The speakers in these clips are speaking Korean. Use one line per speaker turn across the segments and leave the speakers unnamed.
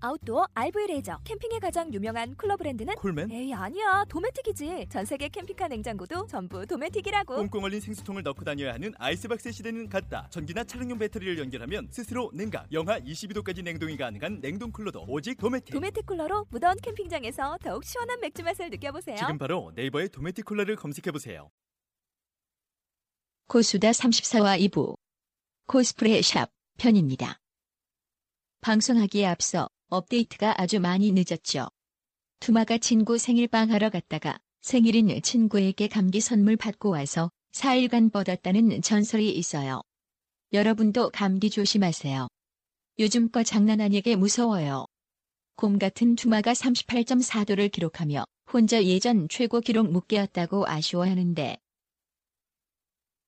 아웃도어 RV 레저 캠핑에 가장 유명한 쿨러 브랜드는
콜맨?
에이 아니야 도메틱이지 전 세계 캠핑카 냉장고도 전부 도메틱이라고
꽁꽁 얼린 생수통을 넣고 다녀야 하는 아이스박스 시대는 갔다. 전기나 차량용 배터리를 연결하면 스스로 냉각, 영하 22도까지 냉동이 가능한 냉동 쿨러도 오직 도메틱.
도메틱 쿨러로 무더운 캠핑장에서 더욱 시원한 맥주 맛을 느껴보세요
지금 바로 네이버에 도메틱 쿨러를 검색해 보세요.
고수다 34와 2부 코스프레 샵 편입니다. 방송하기에 앞서 업데이트가 아주 많이 늦었죠. 투마가 친구 생일빵 하러 갔다가 생일인 친구에게 감기 선물 받고 와서 4일간 뻗었다는 전설이 있어요. 여러분도 감기 조심하세요. 요즘 거 장난 아니게 무서워요. 곰 같은 투마가 38.4도를 기록하며 혼자 예전 최고 기록 못 깨었다고 아쉬워하는데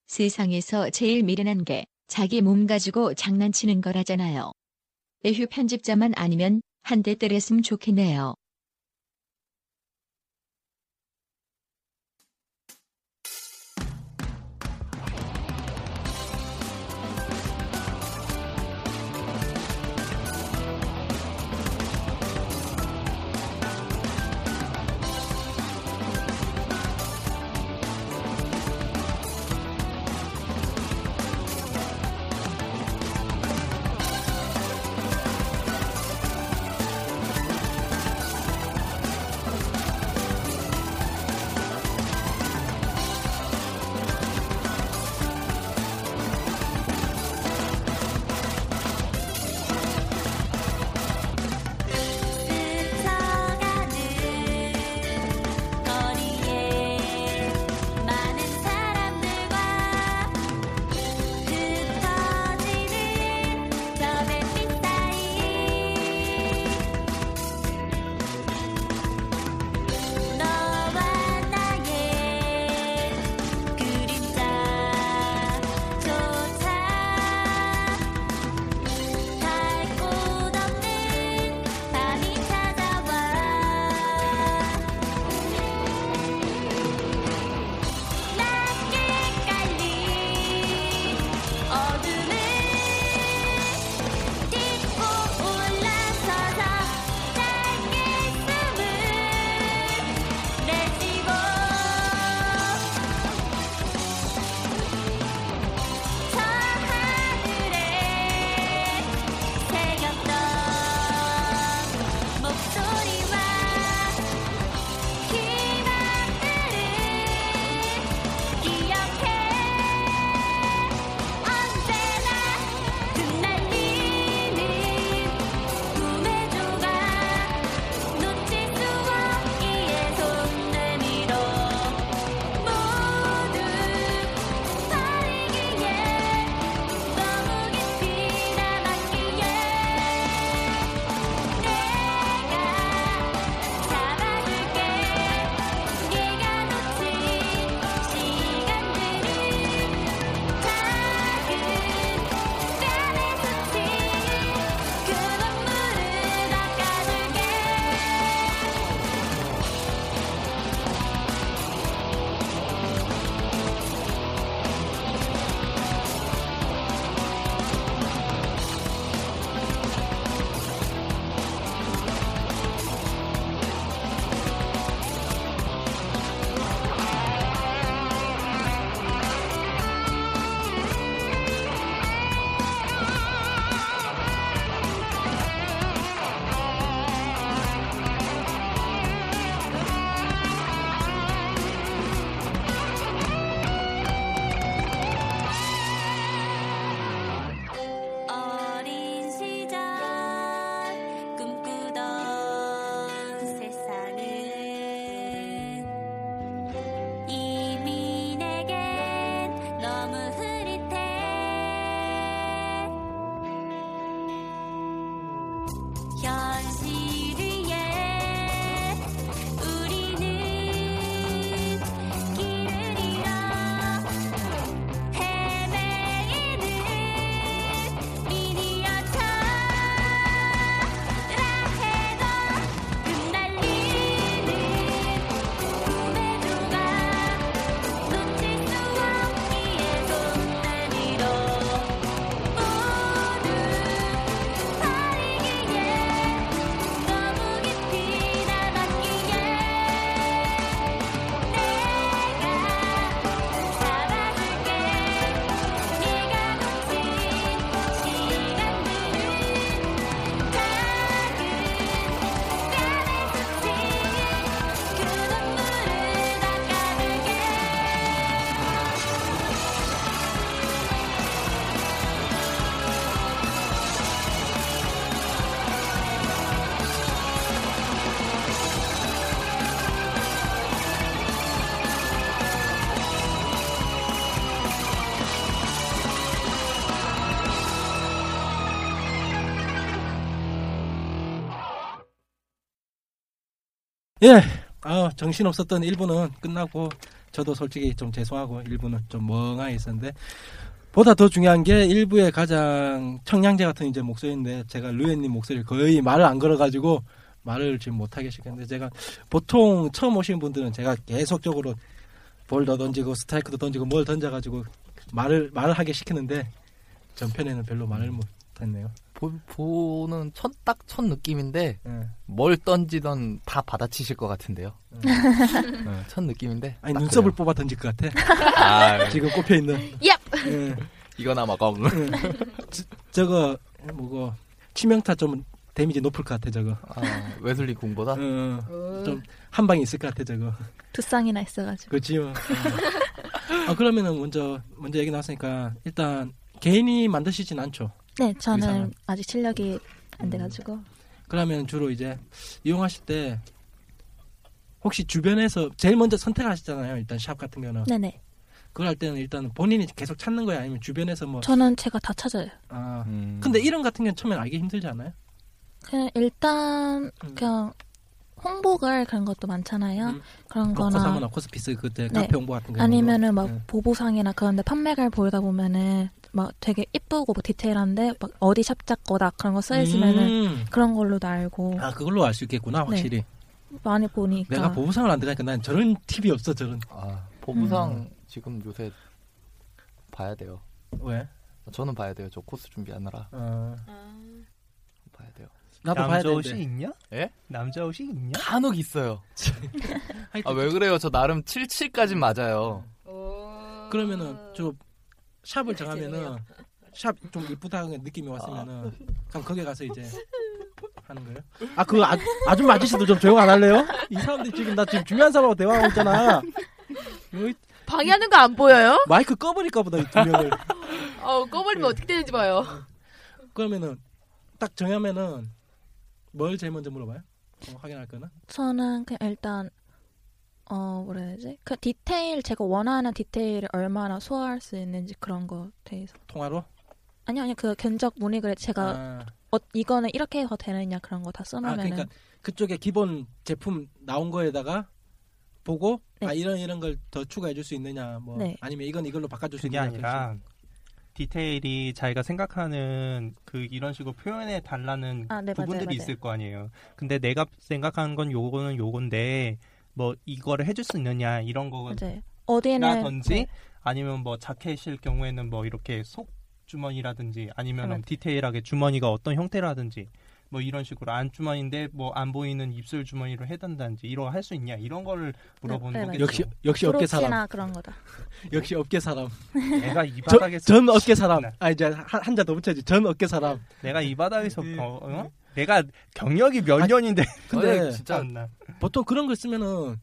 세상에서 제일 미련한 게 자기 몸 가지고 장난치는 거라잖아요. 애휴 편집자만 아니면 한 대 때렸으면 좋겠네요.
예, 아, 정신없었던 일부는 끝나고 저도 솔직히 좀 죄송하고 일부는 좀 멍하게 있었는데 보다 더 중요한 게 일부의 가장 청량제 같은 이제 목소리인데 제가 루엔님 목소리를 거의 말을 안 걸어가지고 말을 지금 못하게 시켰는데 제가 보통 처음 오신 분들은 제가 계속적으로 볼도 던지고 스트라이크도 던지고 뭘 던져가지고 말을 말을 하게 시키는데 전편에는 별로 말을 못했네요.
보, 보는 첫, 딱 첫 느낌인데,
예.
뭘 던지던 다 받아치실 것 같은데요. 어, 첫 느낌인데.
아니
딱
눈썹을 뽑아 던질 것 같아.
그래요. 아,
지금 꼽혀 있는. 예.
Yep.
이거나 먹어.
음. 저거 뭐고 치명타 좀 데미지 높을 것 같아 저거.
아, 웨슬리 공보다.
어, 좀한 방이 있을 것 같아 저거.
두 쌍이나 있어가지고.
그렇지요. 뭐. 아 그러면은 먼저 먼저 얘기 나왔으니까 일단 개인이 만드시진 않죠.
네, 저는
의상은? 음.
아직 실력이 안 돼가지고.
그러면 주로 이제 이용하실 때 혹시 주변에서 제일 먼저 선택하시잖아요. 일단 샵 같은 경우는
네네.
그걸 할 때는 일단 본인이 계속 찾는 거야 아니면 주변에서 뭐
저는 제가 다 찾아요.
아.
음.
근데 이런 같은 경우는 처음엔 알기 힘들지 않아요?
그냥 일단
음.
그냥 홍보글 그런 것도 많잖아요.
음.
그런
코스
거나
한번 코스피스 그때
네.
카페 홍보 같은 거
아니면은 막
네.
보보상이나 그런데 판매글 보다 보면은 막 되게 이쁘고 뭐 디테일한데 막 어디 샵작 거다 그런 거 써있으면은 네.
음.
그런 걸로도 알고
아 그걸로 알 수 있겠구나 확실히
많이 보니까
내가 보부상을 안 들어가니까 난 저런 팁이 없어 저런
아, 보부상 지금 요새 봐야 돼요.
왜
저는 봐야 돼요. 저 코스 준비하느라
어,
봐야 돼요.
나도 봐야
남자
되는데
옷이 있냐?
예?
남자 옷이 있냐?
간혹 있어요.
하여튼
아, 왜 그래요? 저 나름 77까진 맞아요.
그러면은 저 샵을 정하면은 샵 좀 이쁘다는 느낌이 왔으면은 그럼 거기 가서 이제 하는 거예요? 아. 아그 아, 아줌마 아저씨도 좀 조용 안 할래요? 이 사람들 지금 나 지금 중요한 사람하고 대화하고 있잖아 어이,
방해하는 거 안
어?
보여요?
마이크 꺼버릴까 보다 이 두 명을
어, 꺼버리면 어떻게 되는지 봐요.
그러면은 딱 정하면은 뭘 제일 먼저 물어봐요? 어, 확인할 거는?
저는 그냥 일단 어 뭐라 해야 되지? 그 디테일 제가 원하는 디테일을 얼마나 소화할 수 있는지 그런 거 대해서
통화로?
아니 아니 그 견적 문의글에 제가
아.
어, 이거는 이렇게 해서 되느냐 그런 거 다
아
써놓으면은
그러니까 그쪽에 기본 제품 나온 거에다가 보고
네.
아 이런 이런 걸 더 추가해 줄 수 있느냐 뭐
네.
아니면 이건 이걸로 바꿔줄 수
그게
있느냐
아니라 디테일이 자기가 생각하는 그 이런 식으로 표현해 달라는
아, 네, 맞아요,
부분들이
맞아요.
있을 거 아니에요. 근데 내가 생각하는 건 요거는 요건데 뭐 이거를 해줄 수 있느냐 이런
이제 어디에는
거라든지
네,
아니면 뭐 자켓일 경우에는 뭐 이렇게 속 주머니라든지 아니면
맞아요.
은 디테일하게 주머니가 어떤 형태라든지 뭐 이런 식으로 안 주머니인데 뭐 안 보이는 입술 주머니로 해단다든지 이런 할 수 있냐 이런 거를 물어보는
네, 네,
거겠죠.
맞아요.
역시 역시 업계 사람
브로치나 그런 거다.
역시 업계 사람
내가 이
저-
바닥에서
전 업계 사람
네.
아 이제 한 자 더 붙여야지 전 업계 사람
내가 이 바닥에서
네.
그-
어, 어? 내가 경력이 몇
아,
년인데
근데
아니, 진짜
참나.
보통 그런 걸 쓰면은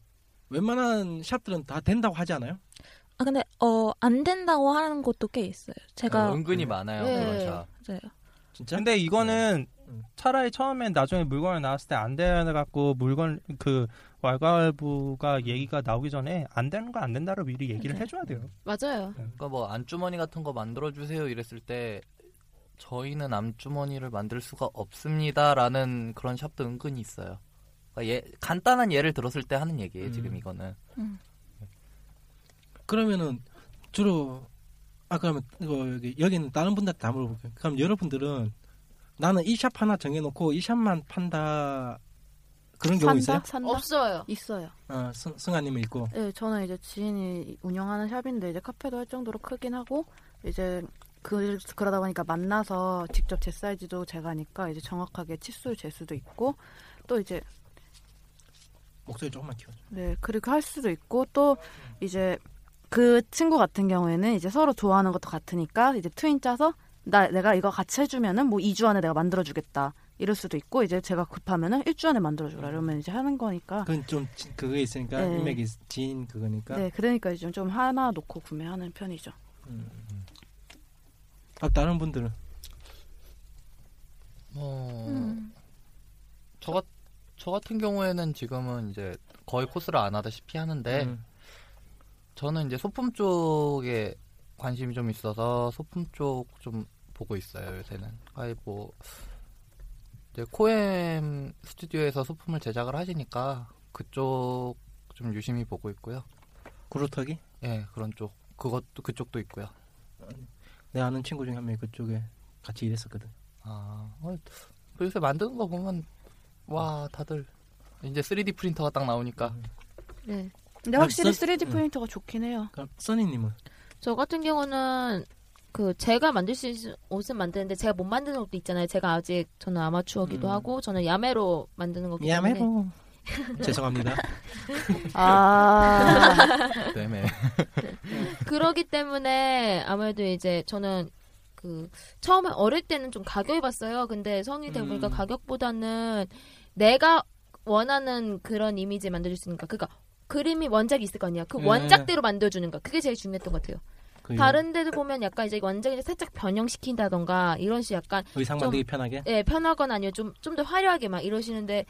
웬만한 샵들은 다 된다고 하지 않아요?
아 근데 어 안 된다고 하는 것도 꽤 있어요. 제가
은근히 많아요.
네.
그런 차.
맞아요.
진짜?
근데 이거는
음.
차라리 처음에 나중에 물건을 나왔을 때 안 돼갖고 물건 그 왈가왈부가 얘기가 나오기 전에 안 되는 거 안 된다로 미리 얘기를
음.
네.
해줘야 돼요.
맞아요.
그러니까 뭐 안주머니 같은 거 만들어 주세요 이랬을 때 저희는 안주머니를 만들 수가 없습니다라는 그런 샵도 은근히 있어요. 그러니까 예, 간단한 예를 들었을 때 하는 얘기예요
음.
지금 이거는.
그러면은 주로 아 그러면 이거 여기 여기는 다른 분들 다 물어볼게요. 그럼 여러분들은 나는 이 샵 하나 정해놓고 이 샵만 판다 그런 경우 있어요?
산다?
없어요.
있어요.
어, 승, 승아님은 있고
예, 저는 이제 지인이 운영하는 샵인데 이제 카페도 할 정도로 크긴 하고 이제 그, 그러다 보니까 만나서 어, 직접 제 사이즈도 제가 하니까 이제 정확하게 치수를 잴 수도 있고 또 이제
목소리 조금만 키워줘.
네 그렇게 할 수도 있고 또 이제 그 친구 같은 경우에는 이제 서로 좋아하는 것도 같으니까 이제 트윈 짜서 나 내가 이거 같이 해주면은 뭐 2주 안에 내가 만들어주겠다 이럴 수도 있고 이제 제가 급하면은 1주 안에 만들어주라 이러면 이제 하는 거니까
그건 좀 지- 그거 있으니까
아. 네.
인맥이 있- 지인 그거니까.
네 그러니까 이제 좀 하나 놓고 구매하는 편이죠.
아, 다른 분들은
뭐
음.
저, 같- 저 같은 경우에는 지금은 이제 거의 코스를 안 하다시피 하는데
음.
저는 이제 소품 쪽에 관심이 좀 있어서 소품 쪽 좀 보고 있어요 요새는. 아이 뭐 이제 코엠 스튜디오에서 소품을 제작을 하시니까 그쪽 좀 유심히 보고 있고요.
구루터기?
예, 그런 쪽. 그것도 그쪽도 있고요.
내 아는 친구 중에 한 명이 그쪽에 같이 일했었거든.
아, 어, 요새 만드는 거 보면 와, 다들 이제 3D 프린터가 딱 나오니까
네.
근데 확실히
써-
3D
응.
프린터가 좋긴 해요.
음. 그럼 써니님은
저 같은 경우는 그 제가 만들 수 있는 옷은 만드는데 제가 못 만드는 옷도 있잖아요. 제가 아직 저는 아마추어기도
음.
하고 저는 야매로 만드는 거기 때문에
야매로 죄송합니다.
아.
때문에
그러기 때문에 아무래도 이제 저는 그 처음에 어릴 때는 좀 가격해봤어요. 근데 성인이 되고 보니까
음.
가격보다는 내가 원하는 그런 이미지 만들 수 있으니까 그러니까 그림이 원작이 있을 거 아니야. 그
예.
원작대로 만들어주는 거 그게 제일 중요했던 것 같아요.
그
다른 데도 보면 약간 이제 원작을 살짝 변형시킨다던가 이런 식 약간
의상
좀-
만들기 편하게.
예, 편하거나 아니면 좀 좀 더 화려하게 막 이러시는데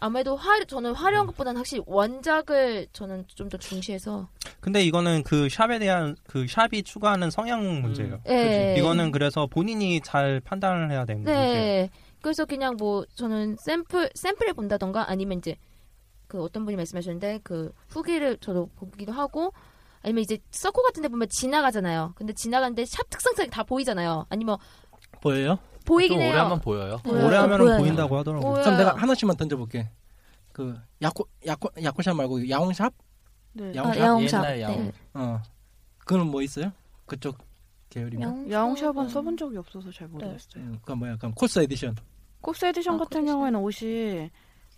아무래도 화 저는
음.
화려한 것보다는 확실히 원작을 저는 좀 더 중시해서
근데 이거는 그 샵에 대한 그 샵이 추구하는
음.
성향 문제예요.
음.
음.
그렇죠.
예.
네.
이거는 그래서 본인이 잘 판단을 해야 되는 문제.
네. 그래서 그냥 뭐 저는 샘플 샘플을 본다던가 아니면 이제 그 어떤 분이 말씀하셨는데 그 후기를 저도 보기도 하고 아니면 이제 서코 같은 데 보면 지나가잖아요. 근데 지나가는데 샵 특성상 다 보이잖아요. 아니면
보여요?
보이긴
좀
해요. 어, 예.
오래 하면 보여요.
보여요.
아,
오래 어, 하면
보여요.
보인다고 하더라고요.
보여요.
그럼
어.
내가 하나씩만 던져볼게. 그 야코 야코 야코샵 말고 그 야옹샵?
네.
야옹-
아, 야옹샵.
옛날 야옹.
네.
어. 그거는 뭐 있어요? 그쪽 계열이면.
야옹샵은 써본 적이 없어서 잘 모르겠어요.
음, 그건 뭐야? 그럼 코스 에디션.
코스 에디션
아,
같은
코스
경우에는 옷이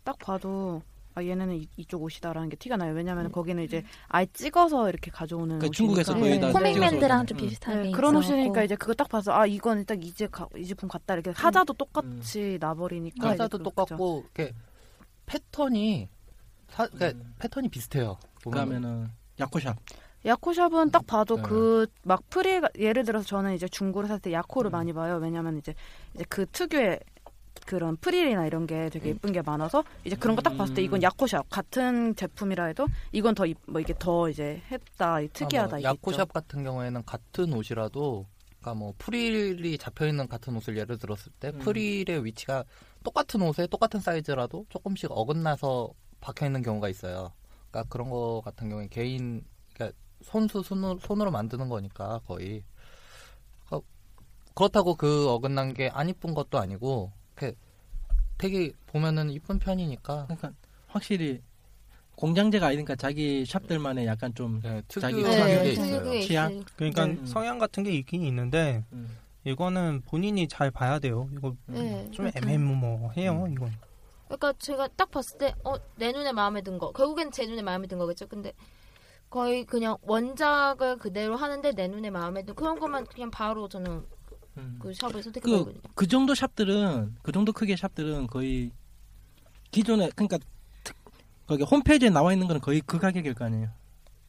딱 봐도 아 얘네는 이, 이쪽 옷이다라는 게 티가 나요. 왜냐면
음,
은 거기는 이제 아예 찍어서 이렇게 가져오는
그
옷이니까.
중국에서
네.
거의 다
코믹맨드랑 좀
음.
아,
비슷하게
네, 그런
있어갖고.
옷이니까 이제 그거 딱 봐서 아 이건 딱 이제 가, 이 제품 같다 이렇게 하자도 똑같이
아,
나버리니까 이제
가사도
그렇죠.
똑같고 이렇게 패턴이 사, 그러니까
음.
패턴이 비슷해요. 보면.
그러면은 야코샵.
야코샵은 딱 봐도
네.
그 막 프리 예를 들어서 저는 이제 중고를 살 때
음.
야코를 많이 봐요. 왜냐면 이제 이제 그 특유의 그런 프릴이나 이런 게
음.
되게 예쁜 게 많아서 이제 그런 거 딱 봤을 때 이건 야코샵 같은 제품이라 해도 이건 더 뭐 이게 더 이제 했다 이 특이하다
아, 뭐
이게 있죠.
야코샵 같은 경우에는 같은 옷이라도 그러니까 뭐 프릴이 잡혀 있는 같은 옷을 예를 들었을 때
음.
프릴의 위치가 똑같은 옷에 똑같은 사이즈라도 조금씩 어긋나서 박혀 있는 경우가 있어요. 그러니까 그런 거 같은 경우에 개인 그러니까 손수 손으로, 손으로 만드는 거니까 거의 어, 그렇다고 그 어긋난 게 안 이쁜 것도 아니고 이렇게 되게 보면은 이쁜 편이니까
그러니까 확실히 공장제가 아니니까 자기 샵들만의 약간 좀
네,
자기
특유의
취향이
게
있어요.
있어요.
특유의
취향?
있어요.
그러니까
음.
네.
성향 같은 게 있긴 있는데
음.
이거는 본인이 잘 봐야 돼요. 이거
네.
좀 애매모호해요.
음.
이건.
그러니까 제가 딱 봤을 때 어 내 눈에 마음에 든 거 결국엔 제 눈에 마음에 든 거겠죠 근데 거의 그냥 원작을 그대로 하는데 내 눈에 마음에 든 그런 것만 그냥 바로 저는
음.
그 샵을
그-
선택했거든요
그 정도 샵들은 그 정도 크기의 샵들은 거의 기존에 그러니까 특- 거기 홈페이지에 나와 있는 거는 거의 그 가격일 거 아니에요.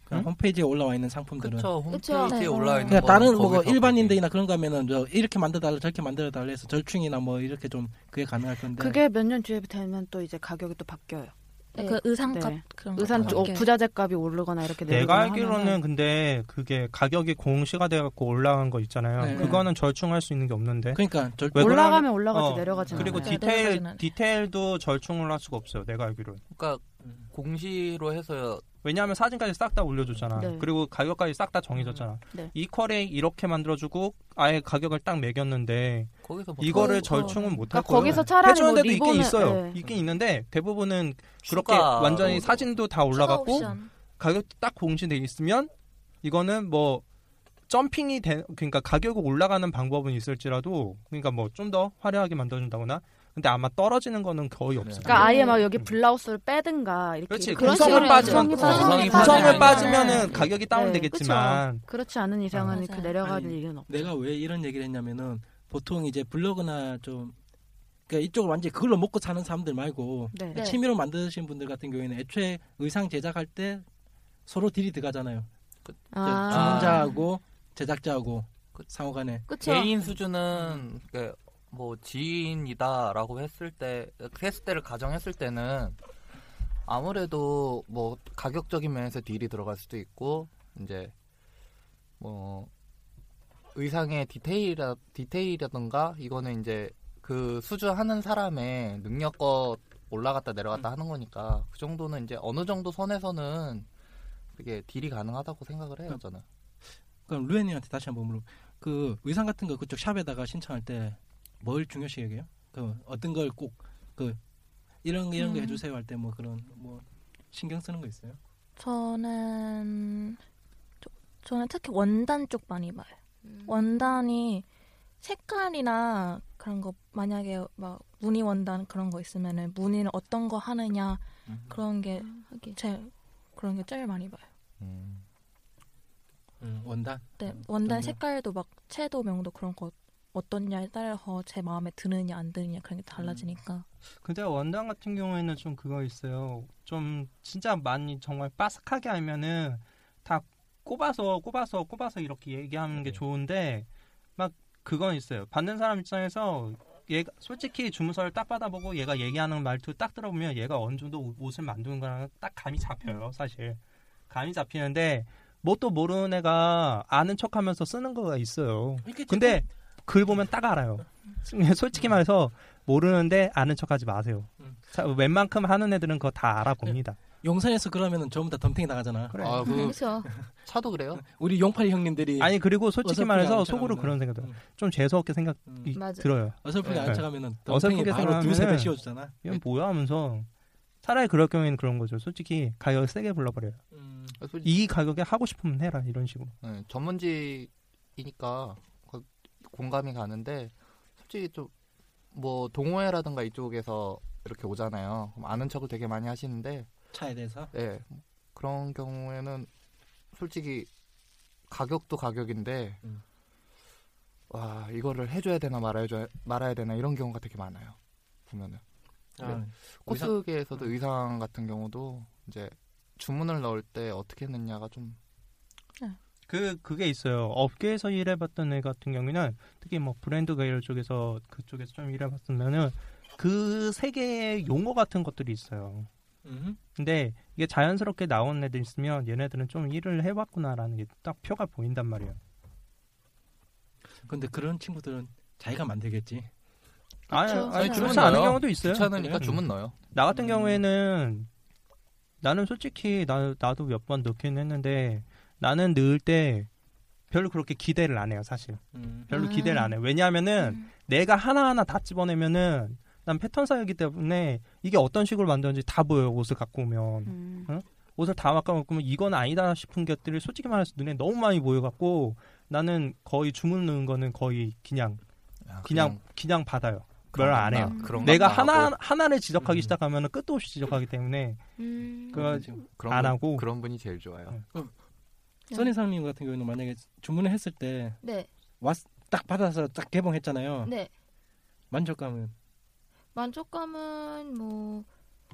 그냥
응?
홈페이지에 올라와 있는 상품들은
그렇죠.
그쵸.
홈페이지에
네.
올라와 있는
그냥
거는
다른 뭐
거기서
일반인들이나 그런 거 하면은 저 이렇게 만들어 달라 저렇게 만들어 달라 해서 절충이나 뭐 이렇게 좀 그게 가능할 건데
그게 몇 년 뒤에 되면 또 이제 가격이 또 바뀌어요.
네.
그 의상값
네.
그런 거.
의산 어,
바뀌어요.
부자재 값이 오르거나 이렇게 내리거나
내가 알기로는
하면은
근데 그게 가격이 공시가 돼갖고 올라간 거 있잖아요.
네.
그거는 절충할 수 있는 게 없는데.
그러니까 절
왜 그러냐면-
올라가면 올라가지
어,
내려가지
그리고
네,
않아요.
디테일
내려가지는
디테일도 절충을 할 수가 없어요. 내가 알기로는.
그러니까 공시로 해서
왜냐하면 사진까지 싹 다 올려줬잖아.
네.
그리고 가격까지 싹 다 정해줬잖아.
네.
이퀄에 이렇게 만들어주고 아예 가격을 딱 매겼는데
거기서 뭐 보통
이거를
거의-
절충은 못할
그러니까
거예요.
거기서 차라리
해주는
뭐
데도
리본을
있긴 있어요.
네.
있긴 있는데 대부분은 그렇게
추가로 어,
완전히 사진도 다 올라갔고
추가 옵션.
가격 딱 공시돼 있으면 이거는 뭐 점핑이 된 그러니까 가격이 올라가는 방법은 있을지라도 그러니까 뭐 좀 더 화려하게 만들어준다거나 근데 아마 떨어지는 거는 거의
네.
없어요.
그러니까 아예 막 여기
음.
블라우스를 빼든가 이렇게
그렇지
이렇게
그런
구성은
식으로
빠지면
구성이
구성이
빠지면
구성을
빠지면
빠지면은 가격이
네, 그쵸.
다운되겠지만
그렇지 않은 이상은
어.
이렇게
맞아요.
내려가는
아니,
일은 없.
내가 왜 이런 얘기를 했냐면은 보통 이제 블로그나 좀 그러니까 이쪽을 완전히 그걸로 먹고 사는 사람들 말고 그러니까
네.
네.
취미로 만드신 분들 같은 경우에는 애초에 의상 제작할 때 서로 딜이 들어가잖아요.
아.
주문자하고 제작자하고
그-
상호간에
그쵸
개인 수준은 그뭐 지인이다라고 했을 때 했을 때를 가정했을 때는 아무래도 뭐 가격적인 면에서 딜이 들어갈 수도 있고 이제 뭐 의상의 디테일이라 디테일이라든가 이거는 이제 그 수주하는 사람의 능력껏 올라갔다 내려갔다 하는 거니까 그 정도는 이제 어느 정도 선에서는 그게 딜이 가능하다고 생각을 해요 저는.
그럼 루엔님한테 다시 한번 물어. 그 의상 같은 거 그쪽 샵에다가 신청할 때 뭘 중요시 여겨요? 그 어떤 걸 꼭 그 이런 거 이런 거
음.
해주세요 할 때 뭐 그런 뭐 신경 쓰는 거 있어요?
저는 저, 는 특히 원단 쪽 많이 봐요. 원단이 색깔이나 그런 거 만약에 막 무늬 원단 그런 거 있으면은 무늬는 어떤 거 하느냐 그런 게 제일 그런 게 제일 많이 봐요.
음,
원단.
네, 원단
어떤가요?
색깔도 막 채도 명도 그런 거 어떻냐에 따라서 제 마음에 드느냐 안 드느냐 그런 게 달라지니까.
근데 원단 같은 경우에는 좀 그거 있어요. 좀 진짜 많이 정말 바삭하게 하면은 다 꼽아서 꼽아서 꼽아서 이렇게 얘기하는 게 좋은데 막 그건 있어요. 받는 사람 입장에서 얘가 솔직히 주문서를 딱 받아보고 얘가 얘기하는 말투 딱 들어보면 얘가 어느 정도 옷을 만드는 거랑 딱 감이 잡혀요, 사실. 감이 잡히는데 뭣도 모르는 애가 아는 척하면서 쓰는 거가 있어요. 근데 글 보면 딱 알아요. 솔직히 말해서 모르는데 아는 척하지 마세요. 자, 웬만큼 하는 애들은 그거 다 알아봅니다.
용산에서 그러면은 전부 다 덤탱이 네. 나가잖아.
그래. 아, 그-
그렇죠.
차도 그래요?
우리 용팔이 형님들이
아니 그리고 솔직히
어설프게
말해서
안
속으로
쳐다보면-
그런 생각도 좀 재수 없게 생각이
맞아.
들어요.
음, 어설프게 안
네.
쳐가면은 덤탱이
어설프게
바로
생각하면은 네.
두세 배 씌워주잖아.
이건 뭐야 하면서 차라리 그럴 경우에는 그런 거죠. 솔직히 가격 세게 불러버려요. 이 가격에 하고 싶으면 해라 이런 식으로.
네, 전문직이니까 거- 공감이 가는데 솔직히 좀 뭐 동호회라든가 이쪽에서 이렇게 오잖아요. 그럼 아는 척을 되게 많이 하시는데
차에 대해서?
네, 그런 경우에는 솔직히 가격도 가격인데
음.
와 이거를 해줘야 되나 말아야 말아야 되나 이런 경우가 되게 많아요. 보면은
아,
네. 코스계에서도
음.
의상 같은 경우도 이제 주문을 넣을 때 어떻게 했느냐가 좀
그 그게 있어요. 업계에서 일해봤던 애 같은 경우는 특히 뭐 브랜드 계열 쪽에서 그쪽에서 좀 일해봤으면은 그 세계의 용어 같은 것들이 있어요.
음.
근데 이게 자연스럽게 나온 애들 있으면 얘네들은 좀 일을 해봤구나라는 게 딱 표가 보인단 말이에요.
근데 그런 친구들은 자기가 만들겠지.
아니,
그렇죠.
아니
그렇죠.
주문
주문
안
넣어요.
하는 경우도 있어요.
귀찮으니까
네.
주문 넣어요.
나 같은 경우에는 나는 솔직히 나, 나도 몇 번 넣긴 했는데 나는 넣을 때 별로 그렇게 기대를 안 해요, 사실.
음.
별로
아.
기대를 안 해요. 왜냐하면은 내가 하나하나 다 집어내면은 난 패턴 사이기 때문에 이게 어떤 식으로 만드는지 다 보여요, 옷을 갖고 오면. 응? 옷을 다 갖고 오면 이건 아니다 싶은 것들이 솔직히 말해서 눈에 너무 많이 보여갖고 나는 거의 주문 넣은 거는 거의 그냥 그냥 그냥 받아요. 음. 뭘 안 해요.
그런가? 그런가
내가
보다
하나
하고.
하나를 지적하기 시작하면 끝도 없이 지적하기 때문에
음.
그거
그런
안
분-
하고
그런 분이 제일 좋아요.
선인상님 같은 경우는 만약에 주문을 했을 때
네.
왔, 딱 받아서 딱
어.
개봉했잖아요.
네.
만족감은
만족감은 뭐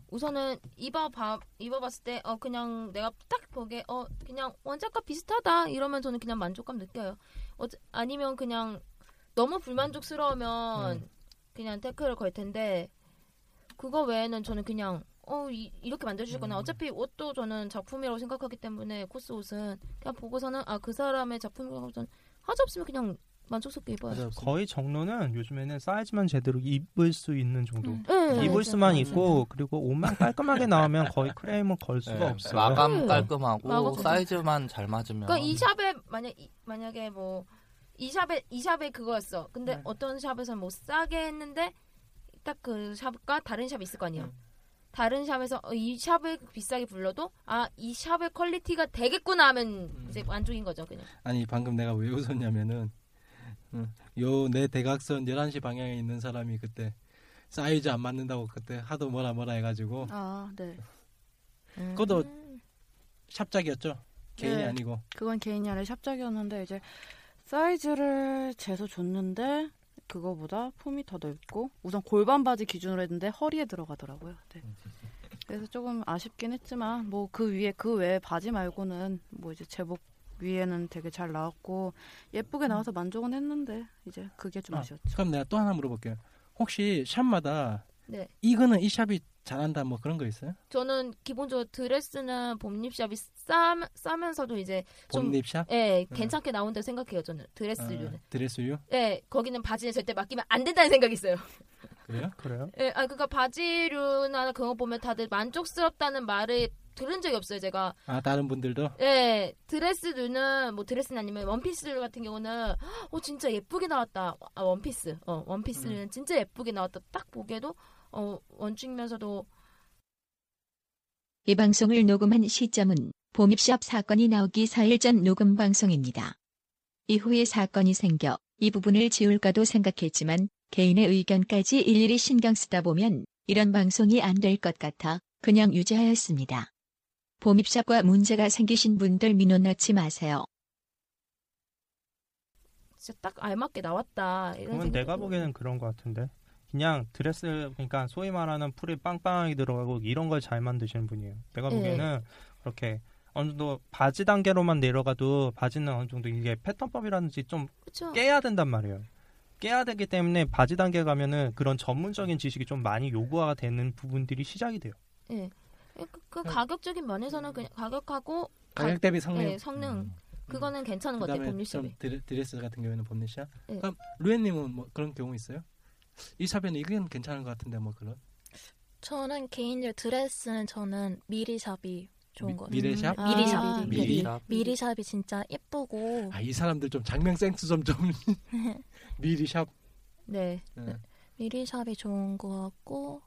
우선은 입어봐 입어봤을 때 어 그냥 내가 딱 보게 어 그냥 원작과 비슷하다 이러면 저는 그냥 만족감 느껴요. 어 아니면 그냥 너무 불만족스러우면
음.
그냥 태클을 걸 텐데 그거 외에는 저는 그냥 어 이, 렇게 만들어주거나
음.
어차피 옷도 저는 작품이라고 생각하기 때문에 코스 옷은 그냥 보고서는 아 그 사람의 작품이라고 저는 하자 없으면 그냥 만족스럽게 입어요.
거의 정로는 요즘에는 사이즈만 제대로 입을 수 있는 정도.
네,
입을
맞아요.
수만
맞아요.
있고 그리고 옷만 깔끔하게 나오면 거의 크레임은 걸 수가
네,
없어요.
마감
마감
깔끔하고
깔끔.
사이즈만 잘 맞으면
아, 그러니까 이 샵에 만약 이, 만약에 뭐 이 샵에 이 샵에 그거였어. 근데
네.
어떤 샵에서 뭐 싸게 했는데 딱 그 샵과 다른 샵이 있을 거
네.
아니야. 다른 샵에서 어, 이 샵을 비싸게 불러도 아 이 샵의 퀄리티가 되겠구나 하면
음.
이제 만족인 거죠 그냥.
아니 방금 내가 왜 웃었냐면은 음, 요 내 대각선 11시 방향에 있는 사람이 그때 사이즈 안 맞는다고 그때 하도 뭐라 뭐라 해가지고
아, 네.
그것도 샵작이었죠 개인이
음. 네.
아니고
그건 개인이 아니라 샵작이었는데 이제 사이즈를 재서 줬는데 그거보다 폼이 더 넓고 우선 골반 바지 기준으로 했는데 허리에 들어가더라고요. 네.
음,
그래서 조금 아쉽긴 했지만 뭐 그 위에 그 외에 바지 말고는 뭐 이제 제복 위에는 되게 잘 나왔고 예쁘게 나와서 만족은 했는데 이제 그게 좀
음. 아,
아쉬웠죠.
그럼 내가 또 하나 물어볼게요 혹시 샵마다
네.
이거는 이 샵이 잘한다 뭐 그런 거 있어요?
저는 기본적으로 드레스는 봄립샵이 싸, 싸면서도 이제 좀
봄립샵?
예,
네.
음.
괜찮게 나온다고
아.
생각해요 저는 드레스류는.
아, 드레스류?
예, 거기는 바지는 절대 맡기면 안 된다는 생각이 있어요.
그래요?
그래요?
예, 아 그러니까 바지류나 그런 거 보면 다들 만족스럽다는 말을 들은 적이 없어요, 제가.
아 다른 분들도
예, 드레스류는 뭐 드레스는 아니면 원피스류 같은 경우는 어 진짜 예쁘게 나왔다. 아 원피스. 어, 원피스는 진짜 예쁘게 나왔다. 딱 보기에도 어 원중이면서도
이 방송을 녹음한 시점은 봉입시업 사건이 나오기 4일 전 녹음 방송입니다. 이후에 사건이 생겨 이 부분을 지울까도 생각했지만 개인의 의견까지 일일이 신경 쓰다 보면 이런 방송이 안 될 것 같아 그냥 유지하였습니다. 봉입샵과 문제가 생기신 분들 민원 넣지 마세요.
진짜 딱 알맞게 나왔다. 이런
그건
생각도
내가 보기에는 그런 것 같은데 그냥 드레스 그러니까 소위 말하는 풀이 빵빵하게 들어가고 이런 걸 잘 만드시는 분이에요. 내가
네.
보기에는 그렇게 어느 정도 바지 단계로만 내려가도 바지는 어느 정도 이게 패턴법이라든지 좀
그쵸?
깨야 된단 말이에요. 깨야 되기 때문에 바지 단계 가면은 그런 전문적인 지식이 좀 많이 요구가 되는 부분들이 시작이 돼요.
예. 그, 그 가격적인 면에서는 그냥 가격하고
가격 대비
음.
성능. 음.
예, 성능. 그거는 괜찮은 것 같아요,
그다음에
법률샵이.
좀 드레, 드레스 같은 경우에는 법률샵.
예.
그럼 루에님은 뭐 그런 경우 있어요? 이 샵에는 이건 괜찮은 것 같은데 뭐 그런
저는 개인적으로 드레스는 저는 미리샵이 좋은
미-
것 같아요.
미래샵?
음. 미리샵.
아,
미리.
미리.
미리샵이 진짜 예쁘고
아 이 사람들 좀 장명 센스 좀좀 미리 샵.
네.
네.
미리샵이 좋은 것 같고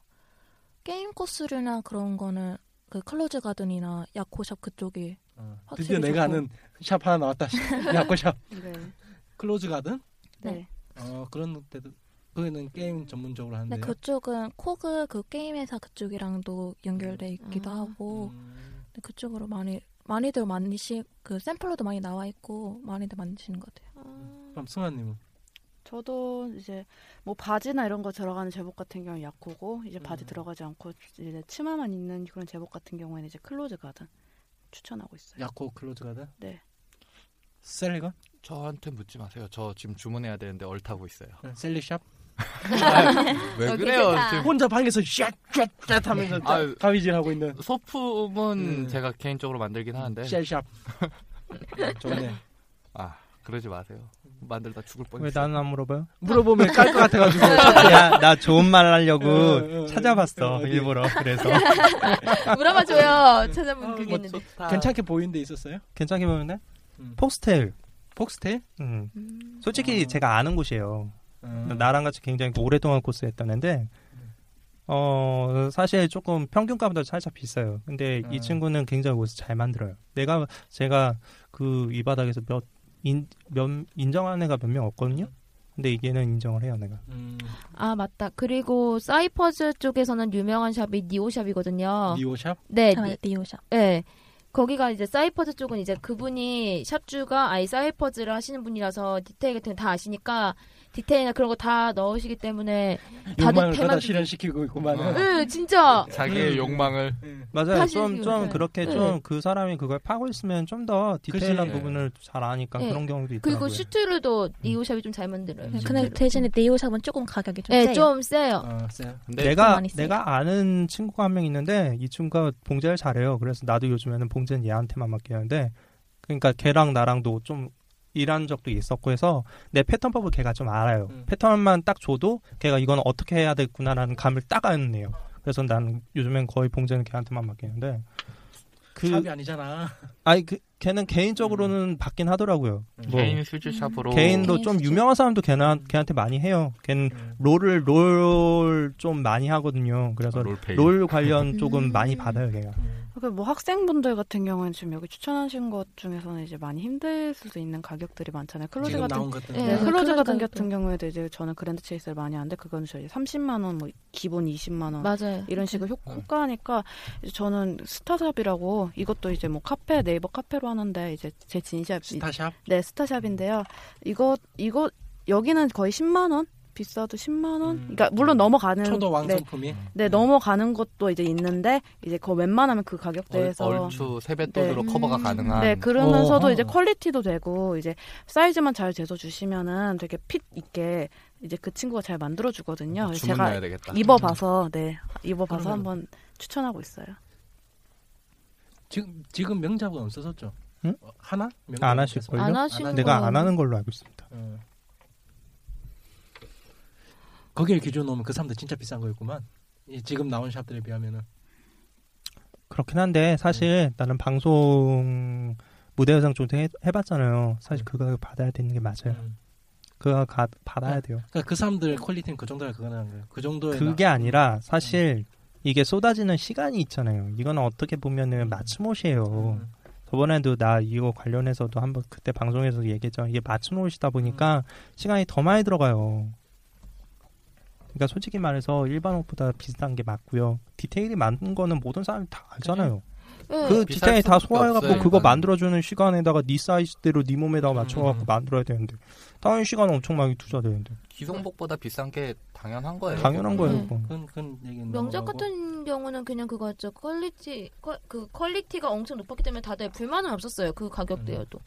게임 코스류나 그런 거는 그 클로즈 가든이나 야코샵 그쪽이
어,
확실히
드디어 내가
좋고.
아는 샵 하나 나왔다. 야코샵
네.
클로즈 가든.
네.
어 그런 데도 거기는 게임 전문적으로
근데
하는데요.
그쪽은 코그 그 게임 회사 그쪽이랑도 연결돼 있기도
아.
하고
음,
근데 그쪽으로 많이 많이들 만드시 그 샘플로도 많이 나와 있고 많이들 만드시는 것 같아요.
그럼 승환님은
저도 이제 뭐 바지나 이런 거 들어가는 제복 같은 경우는 야코고
음,
이제 바지 들어가지 않고 이제 치마만 있는 그런 제복 같은 경우에는 이제 클로즈 가든 추천하고 있어요.
야코 클로즈 가든.
네.
셀리건?
저한테 묻지 마세요. 저 지금 주문해야 되는데 얼타고 있어요.
네, 셀리 샵.
왜
어,
그래요?
괜찮다.
지금
혼자 방에서 샷샷샷 하면서
네. 아유.
가위질 하고 있는
소품은
음.
제가 개인적으로 만들긴 하는데
셀샵. 좋네.
아 그러지 마세요. 만들다 죽을
왜
뻔했어요.
나는 안 물어봐요?
물어보면 깔 것 같아가지고.
야, 나 좋은 말
예, 예, 예.
하려고 찾아봤어
예, 예.
일부러 그래서 네.
물어봐줘요. 찾아본 그게
뭐
있는데.
괜찮게 보이는 데 있었어요?
괜찮게 보면은
음.
폭스텔.
폭스테일?
음.
음.
솔직히
아. 음.
제가 아는 곳이에요.
어.
나랑 같이 굉장히 오랫동안 코스 했던 애인데 어 사실 조금 평균값보다 살짝 비싸요. 근데
음.
이 친구는 굉장히 옷을 잘 만들어요. 내가 제가 그 이 바닥에서 몇인몇 인정하는 애가 몇 명 없거든요. 근데 얘는 인정을 해요, 내가.
음,
아 맞다. 그리고 사이퍼즈 쪽에서는 유명한 샵이
어?
니오샵이거든요.
니오샵?
네,
아,
니-
디오샵.
네. 거기가 이제 사이퍼즈 쪽은 이제 그분이 샵주가 아예 사이퍼즈를 하시는 분이라서 디테일 같은 거 다 아시니까 디테일이나 그런 거 다 넣으시기 때문에 다들
욕망을
대만
거다 실현시키고 있구만.
어.
아.
네, 진짜
자기의
음.
욕망을
맞아요.
사실
좀 좀
네.
그렇게
네.
좀 그 사람이 그걸 파고 있으면 좀 더 디테일한
그치.
부분을 잘 아니까
네.
그런 경우도 있더라고요.
그리고 슈트를도 니오샵이 좀 잘 만들어요.
음,
근데 대신에 디오샵은 조금 가격이 네, 음. 좀
네,
세요.
좀 세요.
어, 세요.
근데
좀
내가
많이 쓰니까.
내가 아는 친구가 한 명 있는데 이 친구가 봉제를 잘해요. 그래서 나도 요즘에는 봉제는 얘한테만 맡기는데 그러니까 걔랑 나랑도 좀 일한 적도 있었고 해서 내 패턴법을 걔가 좀 알아요.
음.
패턴만 딱 줘도 걔가 이건 어떻게 해야 되겠구나라는 감을 딱 아는네요. 그래서 나는 요즘엔 거의 봉제는 걔한테만 맡기는데 그
샵이 아니잖아.
아니 그 걔는 개인적으로는 받긴 하더라고요.
음.
뭐
개인 슈즈샵으로
개인도
개인
좀
수준.
유명한 사람도 걔나 걔한테 많이 해요. 걔는
네.
음.
롤을 롤 좀 많이 하거든요. 그래서
아, 롤페이
롤 관련 조금
음.
많이 받아요, 걔가.
그 뭐 학생분들 같은 경우에는 지금 여기 추천하신 것 중에서는 이제 많이 힘들 수도 있는 가격들이 많잖아요. 클로즈
지금
같은
나온 것들.
예.
네,
네,
클로즈
클로즈
같은
가격도.
같은 경우에도 이제 저는 그랜드 체이스를 많이 하는데 그건 저희 30만 원, 뭐 기본 20만 원
맞아요.
이런 식으로 효- 효과하니까 이제 저는 스타샵이라고 이것도 이제 뭐 카페 네이버 카페로 하는데 이제 제 진샵 이-
스타샵?
네 스타샵인데요. 이거 이거 여기는 거의 10만 원 비싸도 10만 원.
음.
그러니까 물론 넘어가는
초도
네,
왕성품이.
네, 넘어가는 것도 이제 있는데 이제 그 웬만하면 그 가격대에서
얼추 세뱃돈으로
네.
커버가
음.
가능한
네, 그러면서도
어허.
이제 퀄리티도 되고 이제 사이즈만 잘 재서 주시면은 되게 핏 있게 이제 그 친구가 잘 만들어 주거든요. 그래서
아, 주문
제가
넣어야 되겠다.
입어봐서 네 입어봐서
그러면-
한번 추천하고 있어요.
지금 지금 명작은 없어졌죠.
응?
어, 하나? 명작은
안 하실
없어서.
음.
걸요?
안 하신
내가
거예요.
안 하는 걸로 알고 있습니다.
어. 거기를 기준으로 놓으면 그 사람들 진짜 비싼 거였구만. 이 지금 나온 샵들에 비하면은.
그렇긴 한데
네.
사실 나는 방송 무대 의상 좀 해- 해봤잖아요. 사실
네.
그거 받아야 되는 게 맞아요. 그거 가- 받아야 돼요.
음. 그러니까 그 사람들 퀄리티는 그 정도라 그거는 한 거예요. 그 정도의
그게 아니라
네.
사실 이게 쏟아지는 시간이 있잖아요. 이건 어떻게
음.
보면은 맞춤옷이에요.
음.
저번에도 나 이거 관련해서도 한번 그때 방송에서 얘기했잖아. 이게 맞춤옷이다 보니까 시간이 더 많이 들어가요. 그러니까 솔직히 말해서 일반 옷보다 비슷한 게 맞고요. 디테일이 많은 거는 모든 사람이 다 알잖아요.
네.
그
비쌀
디테일 다
수밖에
소화해갖고
없어요,
그거
일단은.
만들어주는 시간에다가 네 사이즈대로 네 몸에다가 맞춰갖고 만들어야 되는데 당연히 시간 엄청 많이 투자되는데
기성복보다 비싼 게 당연한 거예요.
당연한 거예요.
네.
그건.
그건 그건 얘기
명작 같은 경우는 그냥 그거죠. 퀄리티 퀄- 그 퀄리티가 엄청 높았기 때문에 다들 불만은 없었어요. 그 가격대여도.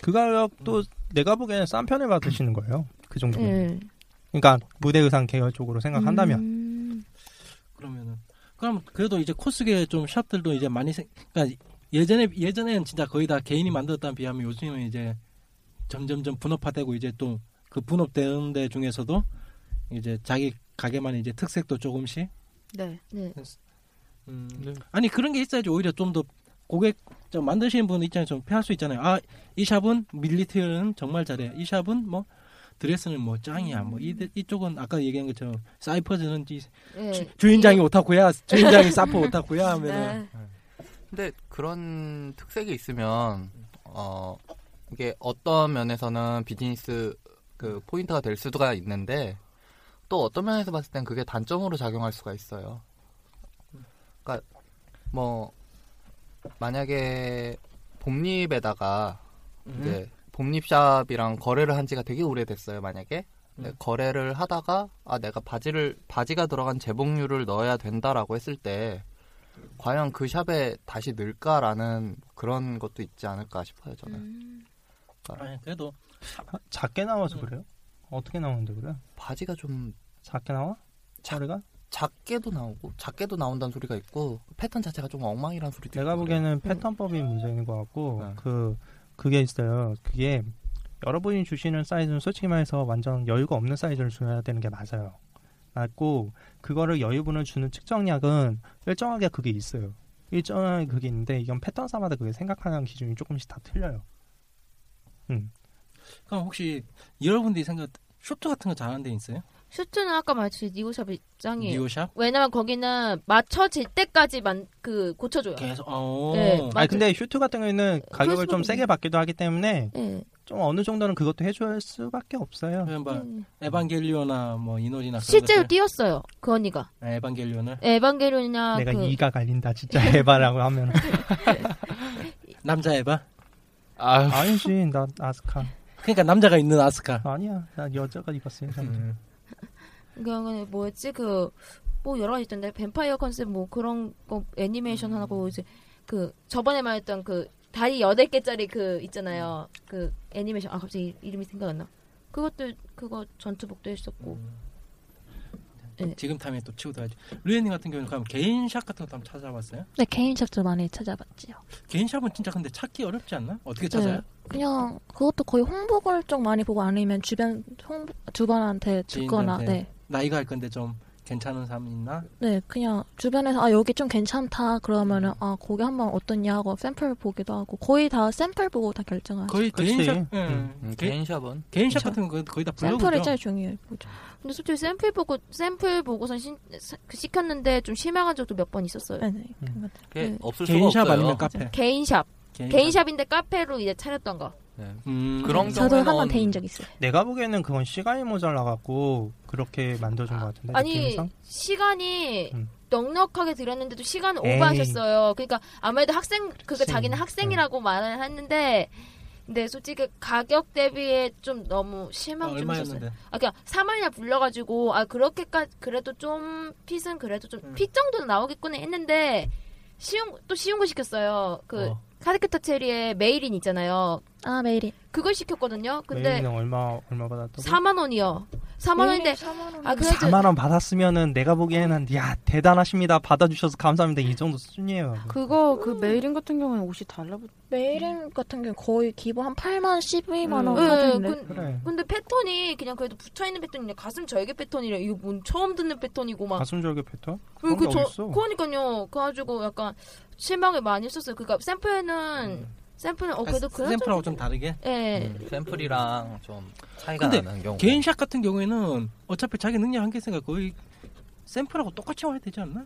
그
음.
가격도 내가 보기에는 싼 편을 받으시는 거예요. 그 정도면.
네.
그러니까 무대 의상 계열 쪽으로 생각한다면
음.
그러면은 그럼 그래도 이제 코스계 좀 샵들도 이제 많이 생 그러니까 예전에 예전에는 진짜 거의 다 개인이 만들었다는 비하면 요즘은 이제 점점점 분업화되고 이제 또 그 분업되는 데 중에서도 이제 자기 가게만 이제 특색도 조금씩 음.
네.
네.
아니 그런 게 있어야지 오히려 좀 더 고객 좀 만드시는 분 입장에 좀 피할 수 있잖아요. 아 이 샵은 밀리티어는 정말 잘해. 이 샵은 뭐 드레스는 뭐 짱이야. 뭐 이, 이쪽은 아까 얘기한 것처럼 사이퍼즈는 이-
네.
주, 주인장이 오타쿠야. 주인장이 사포 오타쿠야 하면은
네.
근데 그런 특색이 있으면 음, 어 이게 어떤 면에서는 비즈니스 그 포인트가 될 수가 있는데 또 어떤 면에서 봤을 땐 그게 단점으로 작용할 수가 있어요. 그러니까 뭐 만약에 봄립에다가
네.
음. 네.
이제 봄립샵이랑 거래를 한 지가 되게 오래됐어요. 만약에 근데
음.
거래를 하다가 아 내가 바지를 바지가 들어간 재봉률을 넣어야 된다라고 했을 때 과연 그 샵에 다시 늘까라는 그런 것도 있지 않을까 싶어요 저는.
음.
아니, 그래도
작게 나와서
네.
그래요? 어떻게 나오는데 그래?
바지가 좀
작게 나와?
머리가 작게도 나오고 작게도 나온다는 소리가 있고 패턴 자체가 좀 엉망이라는 소리도
내가 보기에는
네.
패턴법이 문제인 것 같고 그 그게 있어요. 그게 여러분이 주시는 사이즈는 솔직히 말해서 완전 여유가 없는 사이즈를 줘야 되는 게 맞아요. 맞고 그거를 여유분을 주는 측정량은 일정하게 그게 있어요. 일정하게 그게 있는데 이건 패턴사마다 그게 생각하는 기준이 조금씩 다 틀려요.
그럼 혹시 여러분들이 생각 쇼트 같은 거 잘하는 데 있어요?
슈트는 아까 말했듯이 니오샵이 짱이에요.
니오샵?
왜냐면 거기는 맞춰질 때까지만 그 고쳐줘요.
계속 어.
네,
아니 근데 슈트 같은 경우에는 가격을 좀
수밖에
세게
없죠.
받기도 하기 때문에
예.
좀 어느 정도는 그것도 해줄 수밖에 없어요.
뭐
음.
에반게리오나 뭐 이노리나 그런
음. 실제로
것들.
뛰었어요. 그 언니가.
아, 에반게리온을
에반게리온이나
내가
그
이가 갈린다 진짜 에바라고 하면
남자 에바?
아, 니지나 아스카
그러니까 남자가 있는 아스카
아니야 나 여자가 입었어요 음.
그냥 그러니까 뭐였지 그 뭐 여러 가지 있던데 뱀파이어 컨셉 뭐 그런 거
음.
애니메이션 하고 이제 그 저번에 말했던 그 다리 여덟 개짜리 그 있잖아요
음.
그 애니메이션 아 갑자기 이름이 생각 안 나. 그것도 그거 전투복도
음.
했었고 네.
지금 타임에 또 치고 들어야지 류현님 같은 경우는 그럼 개인 샵 같은 것도 한번 찾아봤어요?
네, 개인 샵도 많이 찾아봤지요.
개인 샵은 진짜 근데 찾기 어렵지 않나? 어떻게 그 찾아요?
네, 그냥 그것도 거의 홍보 걸쪽 많이 보고 아니면 주변 홍보 주변한테 듣거나
지인들한테
네.
나이가 할 건데 좀 괜찮은 사람 있나?
네, 그냥 주변에서 아 여기 좀 괜찮다 그러면은 아 거기 한번 어떻냐 하고 샘플 보기도 하고 거의 다 샘플 보고 다
아,
결정하죠.
거의 개인 샵 예. 개-
음, 개인샵은
개인 샵 같은 거 거의 다
샘플이
블로그죠?
제일 중요해요.
근데 솔직히 샘플 보고 샘플 보고선 신, 사- 그 시켰는데 좀 실망한 적도 몇 번 있었어요.
네.
네,
음.
그게
네.
없을 수가
개인 샵
없어요.
아니면 카페
개인샵
개인 음.
개인샵인데 카페로 이제 차렸던 거.
네.
그런
뭐
저도 한번 경우에는- 데인 적 있어요.
내가 보기에는 그건 시간이 모자라 갖고 그렇게 만들어준 것 같은데
아니
느낌상
시간이 넉넉하게 들였는데도 시간
음. 에이.
오버하셨어요. 그러니까 아무래도 학생 그러니까 자기는 학생이라고
음.
말을 했는데 근데 솔직히 가격 대비에 좀 너무 실망
아,
좀
얼마였는데?
했었어요. 아 그냥 3월이나 불려가지고 아 그렇게까지 그래도 좀 핏은 그래도 좀
음.
핏 정도는 나오겠구나 했는데 쉬운 또 쉬운 거 시켰어요. 그 카드캐터 체리의 메일인 있잖아요.
아 메일인
그걸 시켰거든요. 근데
메인은 얼마 얼마 받았다고?
4만 원이요. 4만 원인데 아 그래도
4만 음. 원 받았으면은 내가 보기에는 야 대단하십니다 받아주셔서 감사합니다 이 정도 수준이에요.
그거 그 메일인 같은 경우는 옷이 달라붙.
메일인 같은 경우 거의 기본 한 8만 12만 원
예,
하던데.
근- 근데 패턴이 그냥 그래도 붙어 있는 패턴이 아니라 가슴 절개 패턴이래. 이거 뭔 처음 듣는 패턴이고 막
가슴 절개 패턴?
왜
그런 게
그 저,
어딨어?
그러니까요. 그래가지고 약간 실망을 많이 했었어요. 그러니까 샘플에는
음.
샘플은 어 그래도 그런
아, 샘플하고 좀 다르게.
예.
샘플이랑 좀 차이가
근데
나는 경우.
개인샷 같은 경우에는 어차피 자기 능력 한계니까 거의 샘플하고 똑같이 와야 되지 않나?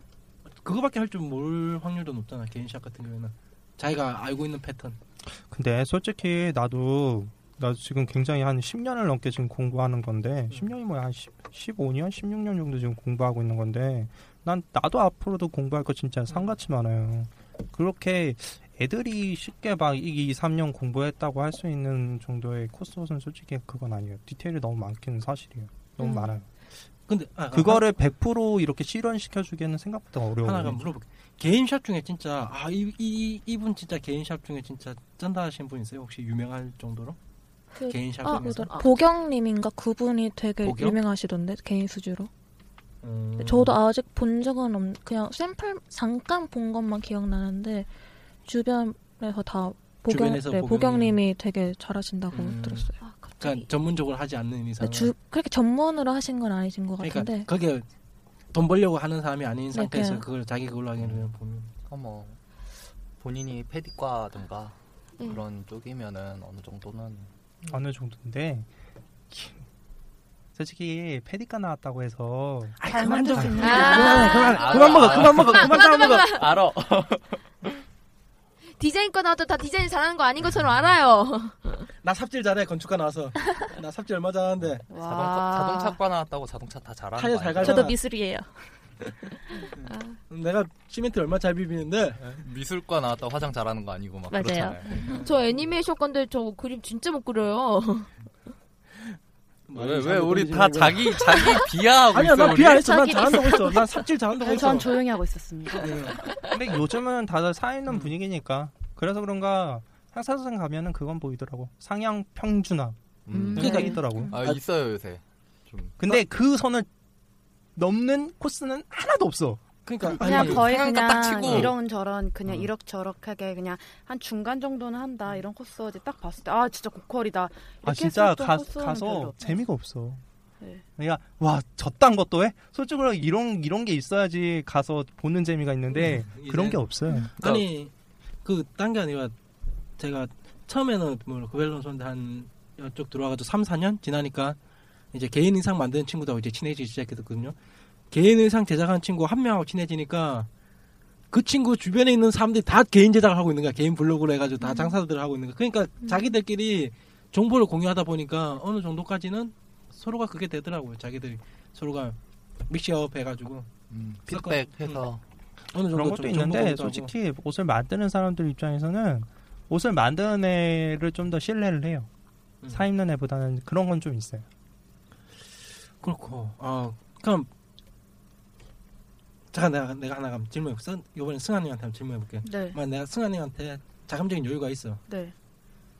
그거밖에 할 줄 모를 확률도 높잖아. 개인샷 같은 경우에는 자기가 알고 있는 패턴.
근데 솔직히 나도 나 지금 굉장히 한 10년을 넘게 지금 공부하는
음.
건데 10년이 뭐야 한 10, 15년, 16년 정도 지금 공부하고 있는 건데 난 나도 앞으로도 공부할 거 진짜
음.
상같이 많아요. 그렇게 애들이 쉽게 막 2, 3년 공부했다고 할 수 있는 정도의 코스는 솔직히 그건 아니에요. 디테일이 너무 많기는 사실이에요. 너무
음.
많아요.
근데 아,
그거를 음. 100% 이렇게 실현시켜 주기에는 생각보다 어려워요.
하나가 뭐? 물어볼게. 개인샷 중에 진짜 아이 이, 이분 진짜 개인샷 중에 진짜 짠다 하신 분 있어요? 혹시 유명할 정도로?
그-
개인샷
아,
중에서?
보경님인가 그분이 되게
네, 보경?
유명하시던데 개인 수주로.
음.
저도 아직 본 적은 없. 그냥 샘플 잠깐 본 것만 기억나는데 주변에서 다 보경
주변에서 음,
네,
보경님.
보경님이 되게 잘하신다고 들었어요.
그러니까 전문적으로 하지 않는 이상.
근데 주 그렇게 전문으로 하신 건 아니신 것
그러니까
같은데.
그게 돈 벌려고 하는 사람이 아닌 상태에서
그냥-
그걸 자기 그걸로 하게 되면 보면
그러니까 뭐 본인이 패디과든가
네.
그런 쪽이면은 어느 정도는
어느 정도인데 솔직히 패디가 나왔다고 해서
그만 좀 그만
아.
그만 그만 먹어 그만 먹어
아,
음.
그만,
그만 싸
그만,
먹어
그만.
알아.
디자인과 나와도 다 디자인 잘하는 거 아닌
음.
것처럼 알아요.
나 삽질 잘해 건축가 나와서 나 삽질 얼마 잘하는데
아.
자동차, 자동차과 나왔다고 자동차 다 잘하는
타이어
거
잘
아니야?
갈잖아
미술이에요.
내가 시멘트 얼마 잘 비비는데
미술과 나왔다고 화장 잘하는 거 아니고 막
맞아요.
그렇잖아요.
저 애니메이션 건데 저 그림 진짜 못 그려요.
왜, 왜
잘
우리
모르지,
다
이거.
자기 자기 비하하고
아니야
있어
나
우리?
비하 했어 난
자기
잘한다고 했어 난 삽질 잘한다고 했어 예.
전 조용히 하고 있었습니다.
근데 요즘은 다들 쌓이는
음.
분위기니까 그래서 그런가 향사선 가면은 그건 보이더라고 상향 평준화
음.
그러
그러니까
네.
있더라고
아 있어요 요새. 좀
근데 그 선을 넘는 코스는 하나도 없어
그러니까
그냥
아니
거의
생각도 딱
그냥
치고.
이런 저런 그냥
음.
이럭저럭하게 그냥 한 중간 정도는 한다 이런 코스 어제 딱 봤을 때 아 진짜 고퀄이다.
아
이렇게
진짜
했었던
가,
코스는
가서
별로.
재미가 없어
네.
그러니까 와 저딴 것도 해? 솔직으로 이런 이런 게 있어야지 가서 보는 재미가 있는데
음.
이제-
네, 그런 게 없어요
아니 그 딴 게 아니라 제가 처음에는 뭐 그벨론선데 한 이쪽 들어와가지고 3, 4년 지나니까 이제 개인 의상 만드는 친구들하고 이제 친해지기 시작했거든요. 개인 의상 제작하는 친구 한 명하고 친해지니까 그 친구 주변에 있는 사람들이 다 개인 제작을 하고 있는 거야. 개인 블로그로 해가지고 다 장사들을 하고 있는 거야. 그러니까 자기들끼리 정보를 공유하다 보니까 어느 정도까지는 서로가 그게 되더라고요. 자기들이 서로가 믹시업 해가지고
음, 피드백해서
어느 정도
그런
좀
것도
정보
있는데
공유도 하고.
솔직히 옷을 만드는 사람들 입장에서는 옷을 만드는 애를 좀 더 신뢰를 해요.
음.
사 입는 애보다는 그런 건 좀 있어요.
그렇고 아 그럼 잠깐 내가 내가 하나 그럼 질문 쓴 이번엔 승아님한테 한번 질문해 볼게.
네,
만약 내가 승아님한테 자금적인 여유가 있어.
네.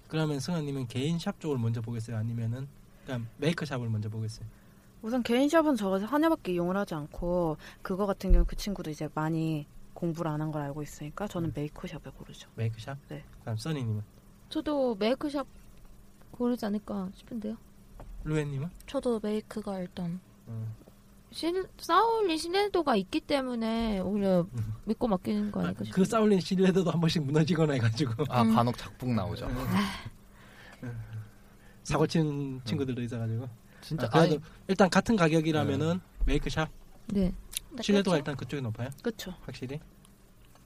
그러면 승아님은 개인 샵 쪽을 먼저 보겠어요? 아니면은 그냥 메이크 샵을 먼저 보겠어요?
우선 개인 샵은 저거 한 해밖에 이용을 하지 않고 그거 같은 경우 그 친구도 이제 많이 공부를 안 한 걸 알고 있으니까 저는 메이크 샵에 고르죠.
메이크 샵?
네.
그럼 써니님은
저도 메이크샵 고르지 않을까 싶은데요.
루엔님은?
저도 메이크가 일단
음.
신, 싸울리 신뢰도가 있기 때문에 오히려 믿고 맡기는 거 아닐까 싶어요.
그 싸울린 신뢰도도 한 번씩 무너지거나 해가지고 네.
아 간혹 작북 나오죠.
사고 치는 친구들도 있어가지고.
진짜
아,
아니
그래도 일단 같은 가격이라면은 메이크 샵
네.
신뢰도가 일단 그쪽이 높아요,
그렇죠.
확실히.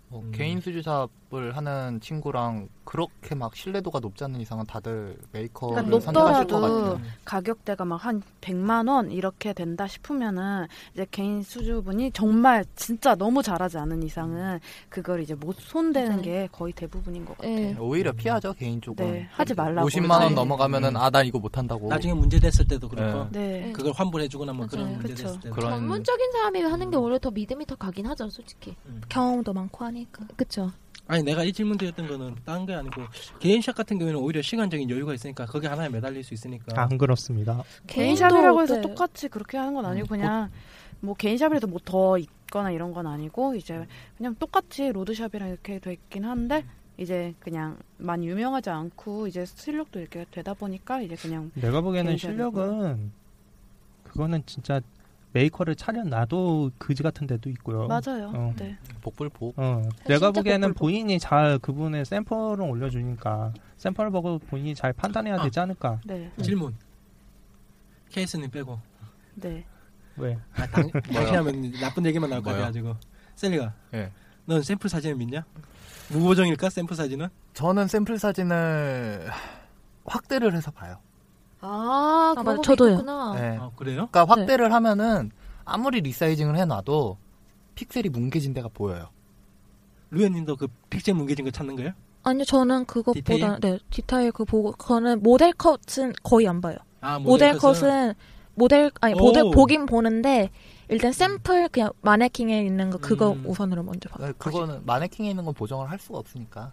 뭐
음.
개인 수주샵을 하는 친구랑 그렇게 막 신뢰도가 높지 않는 이상은 다들 메이커를
그러니까
선택하실 어, 것
높더라도
같아요.
가격대가 막 한 100만 원 이렇게 된다 싶으면은 이제 개인 수주분이 정말 진짜 너무 잘하지 않은
음.
이상은 그걸 이제 못 손대는
맞아요.
게 거의 대부분인 것 같아요.
예.
오히려 피하죠 개인 쪽은.
네, 하지 말라고.
50만 원
네.
넘어가면은
음.
아 난 이거 못한다고.
나중에 문제 됐을 때도 그렇고
네.
그걸 환불해주거나 뭐 그런
맞아요.
문제
그쵸.
됐을 때.
그런
전문적인 사람이 하는 게 오히려 더 믿음이 더 가긴 하죠, 솔직히.
경험도 많고 하니까.
그쵸.
아니 내가 이 질문 드렸던 거는 딴 게 아니고 개인샵 같은 경우에는 오히려 시간적인 여유가 있으니까 거기 하나에 매달릴
아.
수 있으니까
안 그렇습니다.
개인 샵이라고 해서
네.
똑같이 그렇게 하는 건 아니고
음,
그냥 뭐 개인 샵이라도
음.
뭐 더 있거나 이런 건 아니고 이제 그냥 똑같이 로드 샵이랑 이렇게 돼 있긴 한데
음.
이제 그냥 많이 유명하지 않고 이제 실력도 이렇게 되다 보니까 이제 그냥
내가 보기에는
개인적으로.
실력은 그거는 진짜 메이커를 차려놔도 그지 같은 데도 있고요.
맞아요.
어.
네.
복불복.
어, 내가
진짜
보기에는
복불복.
본인이 잘 그분의 샘플을 올려주니까 샘플을 보고 본인이 잘 판단해야 되지 않을까.
네.
어, 질문. 케이스님 빼고.
네.
왜?
아, 당, 당신
뭐요?
하면 나쁜 얘기만 나올 거
뭐요?
같아가지고. 그 셀리가,
예.
넌 샘플 사진을 믿냐? 예. 무보정일까, 샘플 사진은?
저는 샘플 사진을 확대를 해서 봐요.
아,
아, 그런
맞아.
거
저도요.
있구나.
네.
아, 그래요?
그러니까 확대를 하면은 아무리 리사이징을 해놔도 픽셀이 뭉개진 데가 보여요.
루현님도 그 픽셀 뭉개진 거 찾는 거예요?
아니요, 저는 그것보다
디테일?
네 디테일 그 보고 저는 모델 컷은 거의 안 봐요.
아,
모델 컷은 모델 아니 모델
오.
보긴 보는데 일단 샘플 그냥 마네킹에 있는 거 그거
음.
우선으로 먼저 봐요.
네, 그거는 마네킹에 있는 건 보정을 할 수가 없으니까.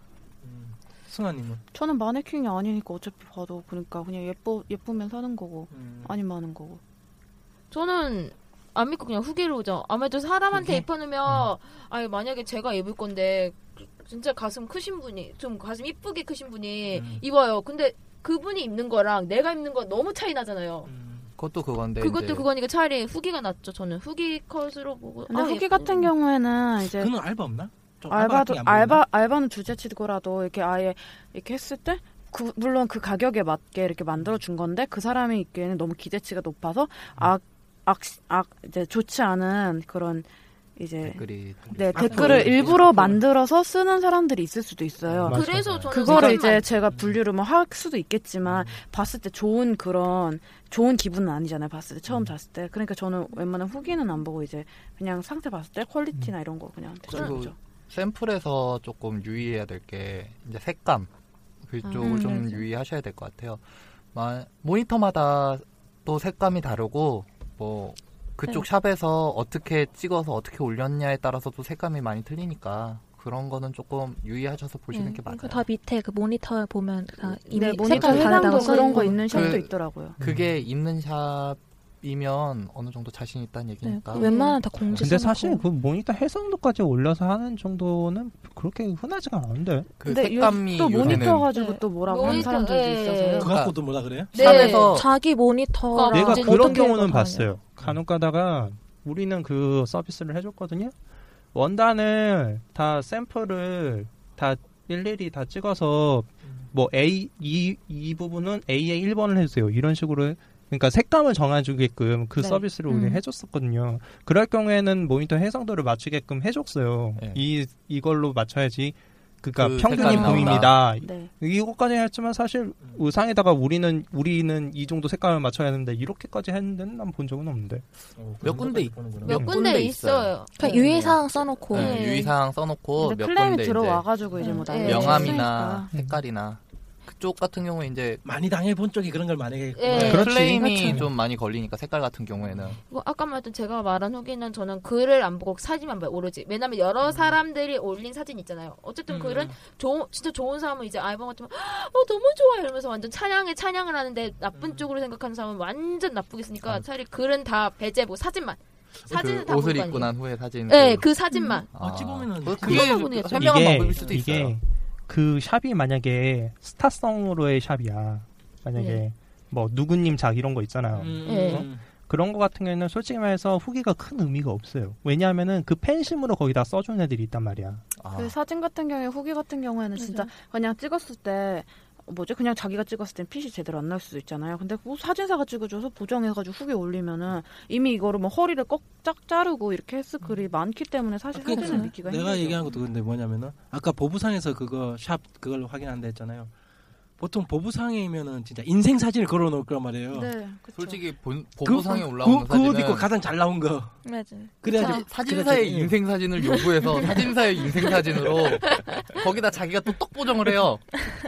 승아님은?
저는 마네킹이 아니니까 어차피 봐도 그러니까 그냥 예뻐 예쁘면 사는 거고
음.
아니면 하는 거고.
저는 안 믿고 그냥 후기로 죠 아무래도 사람한테 입혀놓으면 아니 만약에 제가 입을 건데 진짜 가슴 크신 분이 좀 가슴 이쁘게 크신 분이
음.
입어요. 근데 그분이 입는 거랑 내가 입는 거 너무 차이 나잖아요.
그것도 그건데.
그것도
이제
그거니까 차라리 후기가 낫죠. 저는 후기 컷으로 보고.
근데
아,
후기
예쁘네.
같은 경우에는 이제
그는 알바 없나? 좀 알바
어, 알바도
같은 게안 보이나?
알바 알바는 주제치고라도 이렇게 아예 이렇게 했을 때 그- 물론 그 가격에 맞게 이렇게 만들어 준 건데 그 사람이 있기에는 너무 기대치가 높아서 악악악 이제 좋지 않은 그런 이제
예,
댓글이
네
악플,
댓글을
이제
일부러
악플.
만들어서 쓰는 사람들이 있을 수도 있어요.
맞아요.
그래서 저는
그거를
그것만-
이제 제가 분류를 뭐 할 수도 있겠지만 봤을 때 좋은 그런 좋은 기분은 아니잖아요. 봤을 때 처음 봤을 때 그러니까 저는 웬만한 후기는 안 보고 이제 그냥 상태 봤을 때 퀄리티나 이런 거 그냥 대충
그리고
보죠.
샘플에서 조금 유의해야 될 게 이제 색감 그쪽을
음,
좀
맞아.
유의하셔야 될 것 같아요. 마- 모니터마다 또 색감이 다르고 뭐 그쪽
네.
샵에서 어떻게 찍어서 어떻게 올렸냐에 따라서 또 색감이 많이 틀리니까 그런 거는 조금 유의하셔서 보시는
네,
게
그러니까
맞아요.
다 밑에 그 모니터 보면 다 이미
네, 모니터
색깔 다르다고
해당도
써
그런 거
있고.
있는 샵도
그-
있더라고요.
그게 입는 샵이면 어느 정도 자신 있다는
네,
얘기니까.
그 웬만한 다 공지.
근데
써놓고.
사실 그 모니터 해상도까지 올려서 하는 정도는 그렇게 흔하지가 않은데.
그
근데 요-
색감이
또
요새는
그러니까
모니터 가지고
네.
또 뭐라고 하는
모니터,
사람들도
예.
있어서요.
그거 갖고도 뭐라 그래요?
네.
샵에서
자기 모니터
내가
내가
이제
그런
어떻게
경우는
해서
봤어요. 간혹 가다가 우리는 그 서비스를 해줬거든요. 원단을 다 샘플을 다 일일이 다 찍어서 뭐 A 이, 이 부분은 A의 1번을 해주세요. 이런 식으로 그러니까 색감을 정해주게끔 그
네.
서비스를 우리
음.
해줬었거든요. 그럴 경우에는 모니터 해상도를 맞추게끔 해줬어요.
네.
이 이걸로 맞춰야지. 그러니까
그
평균이
색감이
보입니다.
네.
이것까지 했지만 사실 의상에다가 우리는 우리는 이 정도 색감을 맞춰야 하는데 이렇게까지 했는데는 난 본 적은 없는데.
어,
몇 군데 있-
몇
몇
군데
군데
있어요.
그냥
네.
그러니까 유의사항 써놓고
네,
네.
유의사항 써놓고
근데
몇
클레임이
군데
들어와가지고 이제 뭐
이제
나중에
네.
명암이나
썼으니까.
색깔이나 그쪽 같은 경우에 이제
많이 당해본 쪽이 그런 걸 만약에
예.
그렇지.
클레임이
그렇죠.
좀 많이 걸리니까 색깔 같은 경우에는
뭐 아까 말했던 제가 말한 후기는 저는 글을 안 보고 사진만 봐요 오로지 왜냐면
음.
여러 사람들이 올린 사진 있잖아요 어쨌든
음.
글은 좋은 진짜 좋은 사람은 이제 아이번 같은 어 너무 좋아 이러면서 완전 찬양에 찬양을 하는데 나쁜 쪽으로 생각하는 사람은 완전 나쁘게 쓰니까
음. 아.
차라리 글은 다 배제고 뭐 사진만 사진은
그
다
옷을
보는 거
입고
아니에요?
난 후에 사진
네,
그-
그 사진만
아,
어찌 보면은
그-
그거다
그게
보니까
현명한 방법일 수도 있어요.
이게 그 샵이 만약에 스타성으로의 샵이야. 만약에
네.
뭐 누구님 작 이런 거 있잖아요.
음.
음.
예.
그런 거 같은 경우에는 솔직히 말해서 후기가 큰 의미가 없어요. 왜냐하면은 그 팬심으로 거기다 써준 애들이 있단 말이야.
아,
그 사진 같은 경우에 후기 같은 경우에는 진짜 그냥 찍었을 때 뭐지 그냥 자기가 찍었을 땐 핏이 제대로 안 날 수도 있잖아요. 근데 뭐 사진사가 찍어줘서 보정해가지고 후기 올리면은 이미 이거를 뭐 허리를 꺽짝 자르고 이렇게 했을 글이 많기 때문에 사실
그-
사진을 믿기가
내가
힘들죠.
얘기한 것도 근데 뭐냐면은 아까 보부상에서 그거 샵 그걸 확인한다 했잖아요. 보통 보부상이면은 진짜 인생 사진을 걸어놓을 거란 말이에요.
네, 그쵸.
솔직히 본,
그-
보부상에
그-
올라오는
그옷
사진은
입고 가장 잘 나온 거.
맞아.
그래야지
사, 진사의
그래야지-
인생 사진을 요구해서 사진사의 인생 사진으로 거기다 자기가 또 떡 보정을 해요.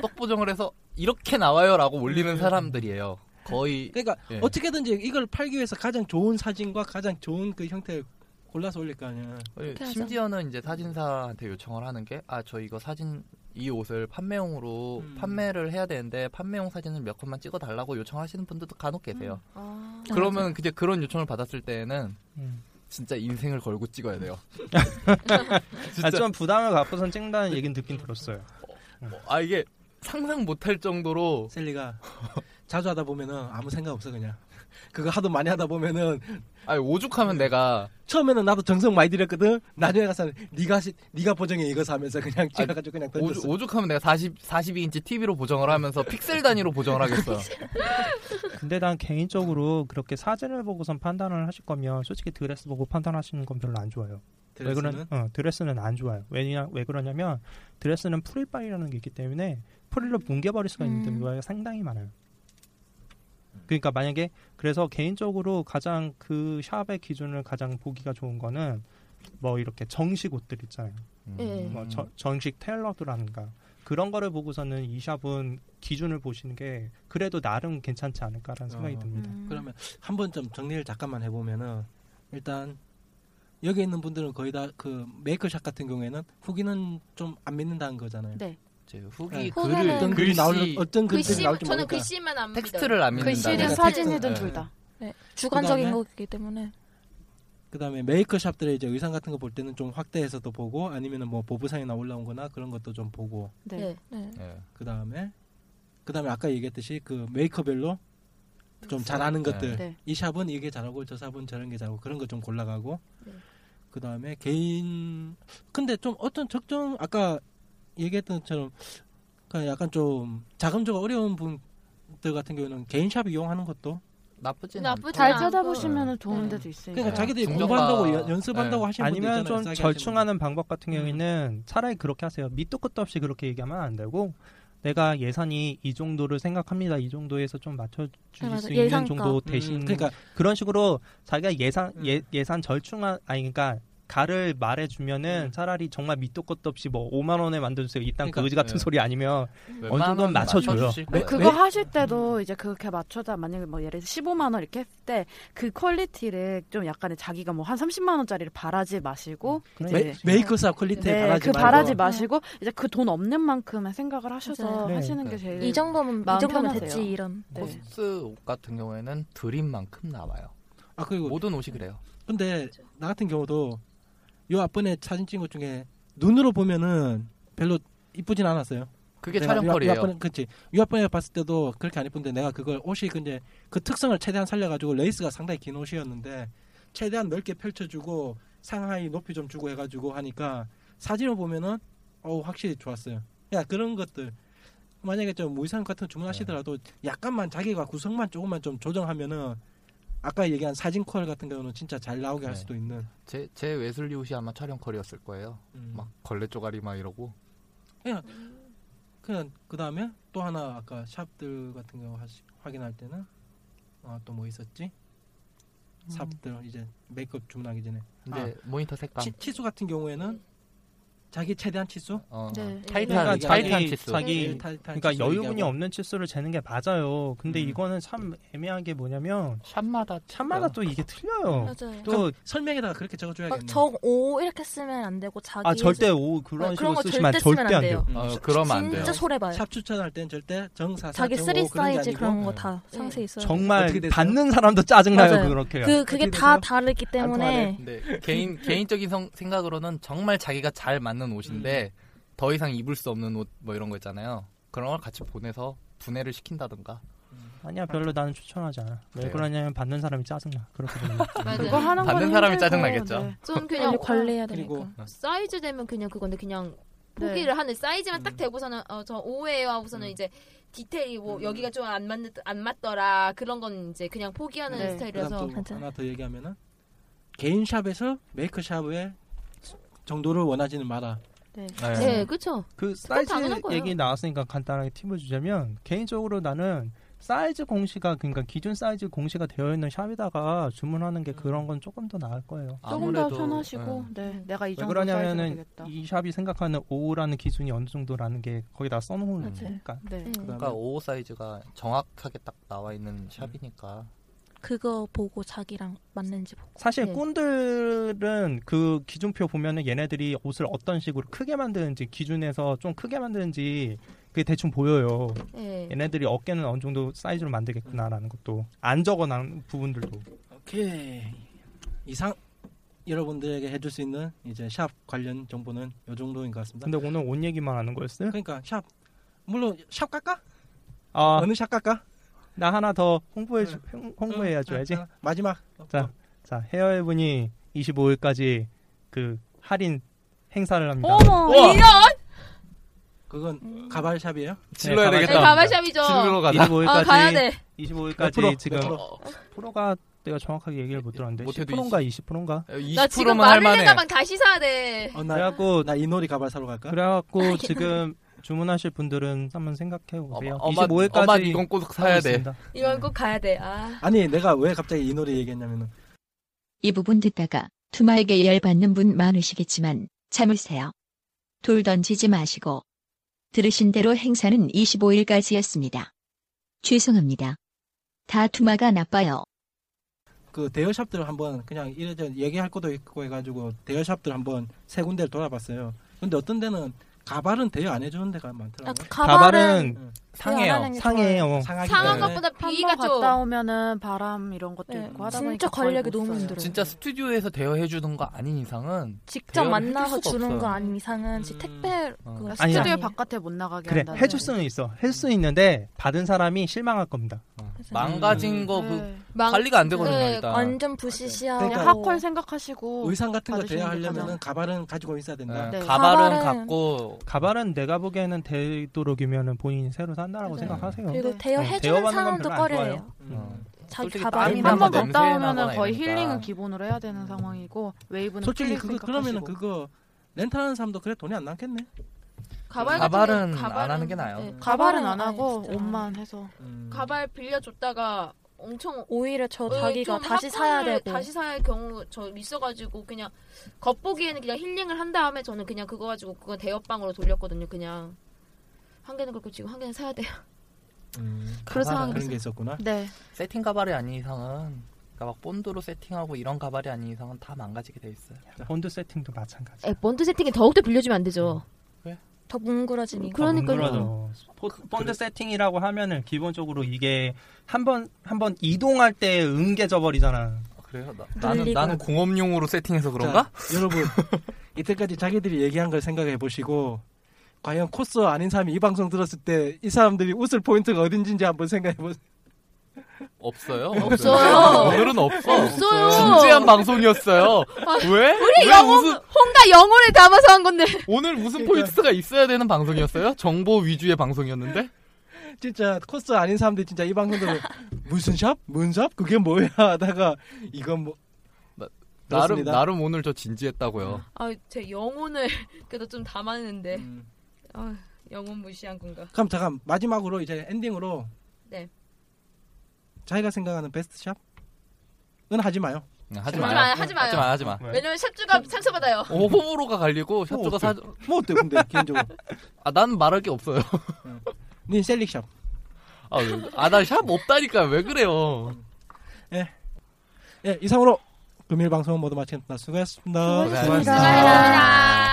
떡 보정을 해서 이렇게 나와요라고 올리는 사람들이에요. 거의
음. 그러니까
예.
어떻게든지 이걸 팔기 위해서 가장 좋은 사진과 가장 좋은 그 형태를 골라서 올릴 거 아니야.
그렇게 하죠.
심지어는 이제 사진사한테 요청을 하는 게 아 저 이거 사진 이 옷을 판매용으로
음.
판매를 해야 되는데 판매용 사진을 몇 컷만 찍어 달라고 요청하시는 분들도 간혹 계세요.
음.
아.
그러면 이제 그런 요청을 받았을 때에는 진짜 인생을 걸고 찍어야 돼요.
아, 좀 부담을 갖고선 찍는다는 얘기는 듣긴 들었어요.
음.
아 이게 상상 못할 정도로
셀리가 자주 하다 보면은 아무 생각 없어 그냥 그거 하도 많이 하다 보면은
아 오죽하면 내가
처음에는 나도 정성 많이 들였거든 나중에 가서 네가 시- 네가 보정해 이거 사면서 그냥 찍어가지고 그냥 던졌어
오죽, 오죽하면 내가 40 42인치 TV로 보정을 하면서 픽셀 단위로 보정을 하겠어요.
근데 난 개인적으로 그렇게 사진을 보고선 판단을 하실 거면 솔직히 드레스 보고 판단하시는 건 별로 안 좋아요. 왜
드레스는?
그런 어, 드레스는 안 좋아요. 왜냐 왜 그러냐면 드레스는 프릴바이라는 게 있기 때문에 프릴로 뭉개버릴 수가 있는
음.
경우가 상당히 많아요. 그러니까 만약에 그래서 개인적으로 가장 그 샵의 기준을 가장 보기가 좋은 거는 뭐 이렇게 정식 옷들 있잖아요.
음.
예.
음.
뭐 저- 정식 텔러드라든가 그런 거를 보고서는 이 샵은 기준을 보시는 게 그래도 나름 괜찮지 않을까라는 생각이
어.
듭니다.
그러면 한 번 좀 정리를 잠깐만 해보면은 일단 여기 있는 분들은 거의 다 그 메이크샵 같은 경우에는 후기는 좀 안 믿는다는 거잖아요.
네.
이제 후기
네.
글을
어떤 글이
글씨
나올 어떤 글이
글씨
나올지
저는
모르니까.
글씨만 안 믿어요.
텍스트를 안 믿는다.
글씨든
네.
사진이든
네.
둘 다.
네, 주관적인
그다음에?
거기 때문에
네. 그다음에 메이크샵들의 이제 의상 같은 거 볼 때는 좀 확대해서도 보고 아니면은 뭐 보부상이나 올라온거나 그런 것도 좀 보고
네.
네.
네.
예.
그다음에 그다음에 아까 얘기했듯이 그 메이커별로 좀 잘하는
네.
것들
네.
이 샵은 이게 잘하고 저 샵은 저런 게 잘하고 그런 거 좀 골라가고
네.
그다음에 개인 근데 좀 어떤 적정 아까 얘기했던 것처럼 그러니까 약간 좀 자금조가 어려운 분들 같은 경우는 개인 샵 이용하는 것도
그 나쁘진 않.
나쁘지
잘
않고.
찾아보시면 도움
네.
데도 있으니까.
그러니까
네.
자기들이
중저가-
공부한다고 연- 연습한다고
네.
하시는
아니면
분들 있잖아요,
좀
싸게 하시는
절충하는 방법 같은
음.
경우에는 차라리 그렇게 하세요. 밑도 끝도 없이 그렇게 얘기하면 안 되고 내가 예산이 이 정도를 생각합니다. 이 정도에서 좀 맞춰
네,
주실
맞아요.
수 있는
예산가.
정도
분들.
대신
음, 그러니까
그런 식으로 자기가 예산
음.
예, 예산 절충한 아니 그러니까 가를 말해주면은
음.
차라리 정말 밑도 끝도 없이 뭐 5만 원에 만들어주세요. 이딴
그러니까,
거지 같은
예.
소리 아니면
웬만하면
어느 정도는 맞춰줘요. 네?
맞춰주실
네.
거예요.
그거 하실 때도 이제 그렇게 맞춰다 만약에 뭐 예를 들어 15만 원 이렇게 했을 때 그 퀄리티를 좀 약간의 자기가 뭐 한 30만 원짜리를 바라지 마시고
그래.
이제
메, 메이크샵 퀄리티에
네,
바라지
그
말고
바라지 마시고 이제 그 돈 없는 만큼의 생각을 하셔서
맞아요.
네.
하시는 게
네.
제일
이 정도면
그 마음
이 정도면
편하세요.
됐지 이런.
어.
네.
코스 옷 같은 경우에는 드림 만큼 나와요.
아 그리고
모든 옷이 그래요.
근데 나 같은 경우도 요 앞번에 사진 찍은 것 중에 눈으로 보면은 별로 이쁘진 않았어요.
그게
내가 요
촬영거리예요.
앞번에 그치. 요 앞번에 봤을 때도 그렇게 안 이쁜데 내가 그걸 옷이 근데 그 특성을 최대한 살려가지고 레이스가 상당히 긴 옷이었는데 최대한 넓게 펼쳐주고 상하이 높이 좀 주고 해가지고 하니까 사진을 보면은 어우 확실히 좋았어요. 야 그런 것들 만약에 좀 무의상 같은 거 주문하시더라도
네.
약간만 자기가 구성만 조금만 좀 조정하면은 아까 얘기한 사진 퀄 같은 경우는 진짜 잘 나오게 할
네.
수도 있는.
제, 제 웨슬리 옷이 아마 촬영거리였을 거예요.
음.
막 걸레 쪼가리 막 이러고.
그냥 그 다음에 또 하나 아까 샵들 같은 경우 하시- 확인할 때는 또 뭐 있었지?
음.
샵들 이제 메이크업 주문하기 전에 아.
근데 모니터 색감.
치, 치수 같은 경우에는 자기 최대한 치수
어.
네.
타이트한
그러니까
타이트한
자기-
치수.
자기
제일 타이트한
그러니까
치수
여유분이
얘기하고.
없는 치수를 재는 게 맞아요. 근데
음.
이거는 참 애매한 게 뭐냐면
샵마다
샵마다 또 이게 틀려요.
맞아요.
또 아
설명에다가 그렇게 적어줘야겠네.
막저오 이렇게 쓰면 안 되고 자기
아, 절대 오 그런
네,
식으로
그런 거
쓰시면
절대
절대
쓰면
안
안
돼요.
돼요.
어, 그러면 안 돼요.
진짜 손해 봐요.
음. 샵 추천할 땐 절대 정사
자기
사정오
쓰리
뭐 그런 게
사이즈
아니고
그런 거 다
네.
상세히 있어요.
정말
어떻게 됐어요?
받는 사람도 짜증나요
맞아요.
그렇게.
그 그게
어떻게
다
되세요?
다르기 때문에 네.
근데 개인 개인적인 성- 생각으로는 정말 자기가 잘 맞는 옷인데
음.
더 이상 입을 수 없는 옷 뭐 이런 거 있잖아요. 그런 걸 같이 보내서 분해를 시킨다든가.
아니야 별로 나는 추천하지 않아. 왜
그래요?
그러냐면 받는 사람이 짜증나. 그렇게 되면.
그거 하는
받는
건
사람이
힘들고,
짜증나겠죠.
네.
좀 그냥 어,
그냥 관리해야
그리고 네,
되니까.
사이즈 되면 그냥 그건데 그냥
네.
포기를 하는 사이즈만 딱 대고서는 어, 저 5회요 하고서는
음.
이제 디테일이 뭐 여기가 좀 안 맞는 안 맞더라 그런 건 이제 그냥 포기하는
네.
스타일이라서
그다음 또
괜찮아요.
하나 더 얘기하면은 개인 샵에서 메이크 샵의 정도를 원하지는 마라.
네 그쵸
그 사이즈
당연한 거예요.
얘기 나왔으니까 간단하게 팁을 주자면 개인적으로 나는 사이즈 공시가 그러니까 기준 사이즈 공시가 되어 있는 샵에다가 주문하는 게 그런 건 조금 더 나을 거예요.
조금 더
아무래도,
편하시고 네. 내가 이
왜
정도 사이즈가
그러냐면은
되겠다.
이 샵이 생각하는 5라는 기준이 어느 정도라는 게 거기다 써놓은
맞아요.
거니까.
네.
음.
그러니까 5 사이즈가 정확하게 딱 나와 있는 샵이니까.
그거 보고 자기랑 맞는지 보고.
사실
네.
꾼들은 그 기준표 보면은 얘네들이 옷을 어떤 식으로 크게 만드는지 기준에서 좀 크게 만드는지 그게 대충 보여요.
네.
얘네들이 어깨는 어느 정도 사이즈로 만들겠구나라는 것도 안 적어놓은 부분들도
오케이 이상 여러분들에게 해줄 수 있는 이제 샵 관련 정보는 요 정도인 것 같습니다.
근데 오늘 옷 얘기만 하는 거였어요?
그러니까 샵 물론 샵 갈까?
아,
어느 샵 갈까?
나 하나 더 홍보해 주, 홍보해 줘야지.
아, 마지막
자, 자 헤어해분이 25일까지 그 할인 행사를 합니다. 네,
어머, 이런!
그건 가발 샵이에요?
질러야 가발 되겠다.
네, 가발샵이죠.
질러 가자. 이거
아,
여기까지.
가야 돼.
25일까지
몇 프로?
지금
몇
어.
프로가 내가 정확하게 얘기를 못 들었는데
못해도
10%인가 20%인가?
나 지금 마를레 가방 다시 사야 돼.
어, 나,
그래갖고
나 이놀이 가발 사러 갈까?
그래갖고 지금 주문하실 분들은 한번 생각해 보세요.
어, 엄마-
25일까지
엄마 이건 꼭 사야 돼.
이건 꼭 가야 돼. 아.
아니 내가 왜 갑자기 이놀이 얘기했냐면은
이 부분 듣다가 투마에게 열받는 분 많으시겠지만 참으세요. 돌 던지지 마시고 들으신 대로 행사는 25일까지였습니다. 죄송합니다. 다 투마가 나빠요.
그 대여샵들 한번 그냥 이래저래 얘기할 것도 있고 해가지고 대여샵들 한번 세 군데를 돌아봤어요. 근데 어떤 데는 가발은 대여 안 해주는 데가
아,
많더라고요.
가발은
응.
상해요.
게
상해요.
상하기
아, 그 상한
때문에.
것보다 비가
한번
좀.
갔다 오면은 바람 이런 것도
네,
있고 하다
진짜
보니까 거의
관리하기
못
너무
써요.
힘들어요. 음.
진짜 스튜디오에서 대여해 주는 거 아닌 이상은
직접
대여를
만나서
해줄 수가
주는 거
없어요.
아닌 이상은
음.
지 택배
어.
그거
아니야.
스튜디오 바깥에 못 나가게
그래
한다는
해줄 수는 있어. 해줄 수는 있는데 받은 사람이 실망할 겁니다.
망가진
거.
거
음.
그
네.
망-
관리가 안 되거든요.
네,
일단.
완전 부시시하고
그냥
그러니까
하컬 생각하시고
의상 같은 거
어, 받으시는 게 가장-
대여하려면은 가발은 가지고 있어야 된다.
네,
네.
가발은
가발은-
갖고
가발은 내가 보기에는 되도록이면 본인이 새로 산다라고
맞아요.
생각하세요.
그리고
네.
대여
네,
해주는
대여받는 건
사람도
별로 안
꺼려해요.
좋아요.
음.
자기
솔직히
가방이나
다른
한 번
뭐.
분들 냄새
갔다 오면은
나거나
거의
이러니까.
힐링은 기본으로 해야 되는 상황이고
음.
웨이브는
솔직히
힐링
그거
생각하시고.
그러면은 그거 렌탈하는 사람도 그래 돈이 안 남겠네.
가발 같은
가발은
거-
안 하는 게 나아요.
네,
가발은 안
아예
하고
진짜 안
옷만 해서
음.
가발 빌려줬다가 엄청
오히려 저
음.
어,
자기가
좀
다시 사야
합본을
되고
다시 사야 할 경우 저 있어가지고 그냥 겉보기에는 그냥 힐링을 한 다음에 저는 그냥 그거 가지고 그거 대여방으로 돌렸거든요. 그냥 한 개는 그렇고 지금 한 개는 사야 돼요.
음.
그런
가발은
상황이
그런
있어요.
게 있었구나.
네
세팅 가발이 아닌 이상은 그러니까 막 본드로 세팅하고 이런 가발이 아닌 이상은 다 망가지게 돼 있어요.
본드 세팅도 마찬가지.
에, 본드 세팅이 더욱더 빌려주면 안 되죠.
더 뭉그러지니까
그러니까요.
아, 물론이죠. 포-
그
본드 세팅이라고 하면은 기본적으로 이게 한 번 한 번 이동할 때 응개져버리잖아.
그래요? 나,
늘리고.
나는 나는 공업용으로 세팅해서 그런가?
자, 여러분 이때까지 자기들이 얘기한 걸 생각해 보시고 과연 코스 아닌 사람이 이 방송 들었을 때 이 사람들이 웃을 포인트가 어딘지 한번 생각해 보세요.
없어요.
없어요.
오늘은 없어.
없어요.
진지한 방송이었어요. 왜?
우리
왜
영혼
무슨
혼과 영혼을 담아서 한 건데.
오늘 무슨 포인트가 있어야 되는 방송이었어요? 정보 위주의 방송이었는데?
진짜 코스 아닌 사람들이 진짜 이 방송 들으면 무슨 샵? 문 샵? 그게 뭐야? 하다가 이건 뭐
나름
그렇습니다.
나름 오늘 저 진지했다고요.
아, 제 영혼을 그래도 좀 담았는데.
음.
아, 영혼 무시한 건가?
그럼 잠깐 마지막으로 이제 엔딩으로
네.
자기가 생각하는 베스트 샵은 하지 마요.
하지
마요.
마요.
하지 마요.
하지 마. 하지 마.
왜?
왜냐면 샵주가 상처받아요.
어, 호불호가 갈리고 샵주가 사.
뭐 어때 근데 개인적으로
아 나는 말할 게 없어요.
닌 셀릭 샵.
아나샵 없다니까 왜 그래요?
예 이상으로 금일 방송 모두 마치겠습니다. 수고하셨습니다.
수고하셨습니다.
수고하셨습니다.
아.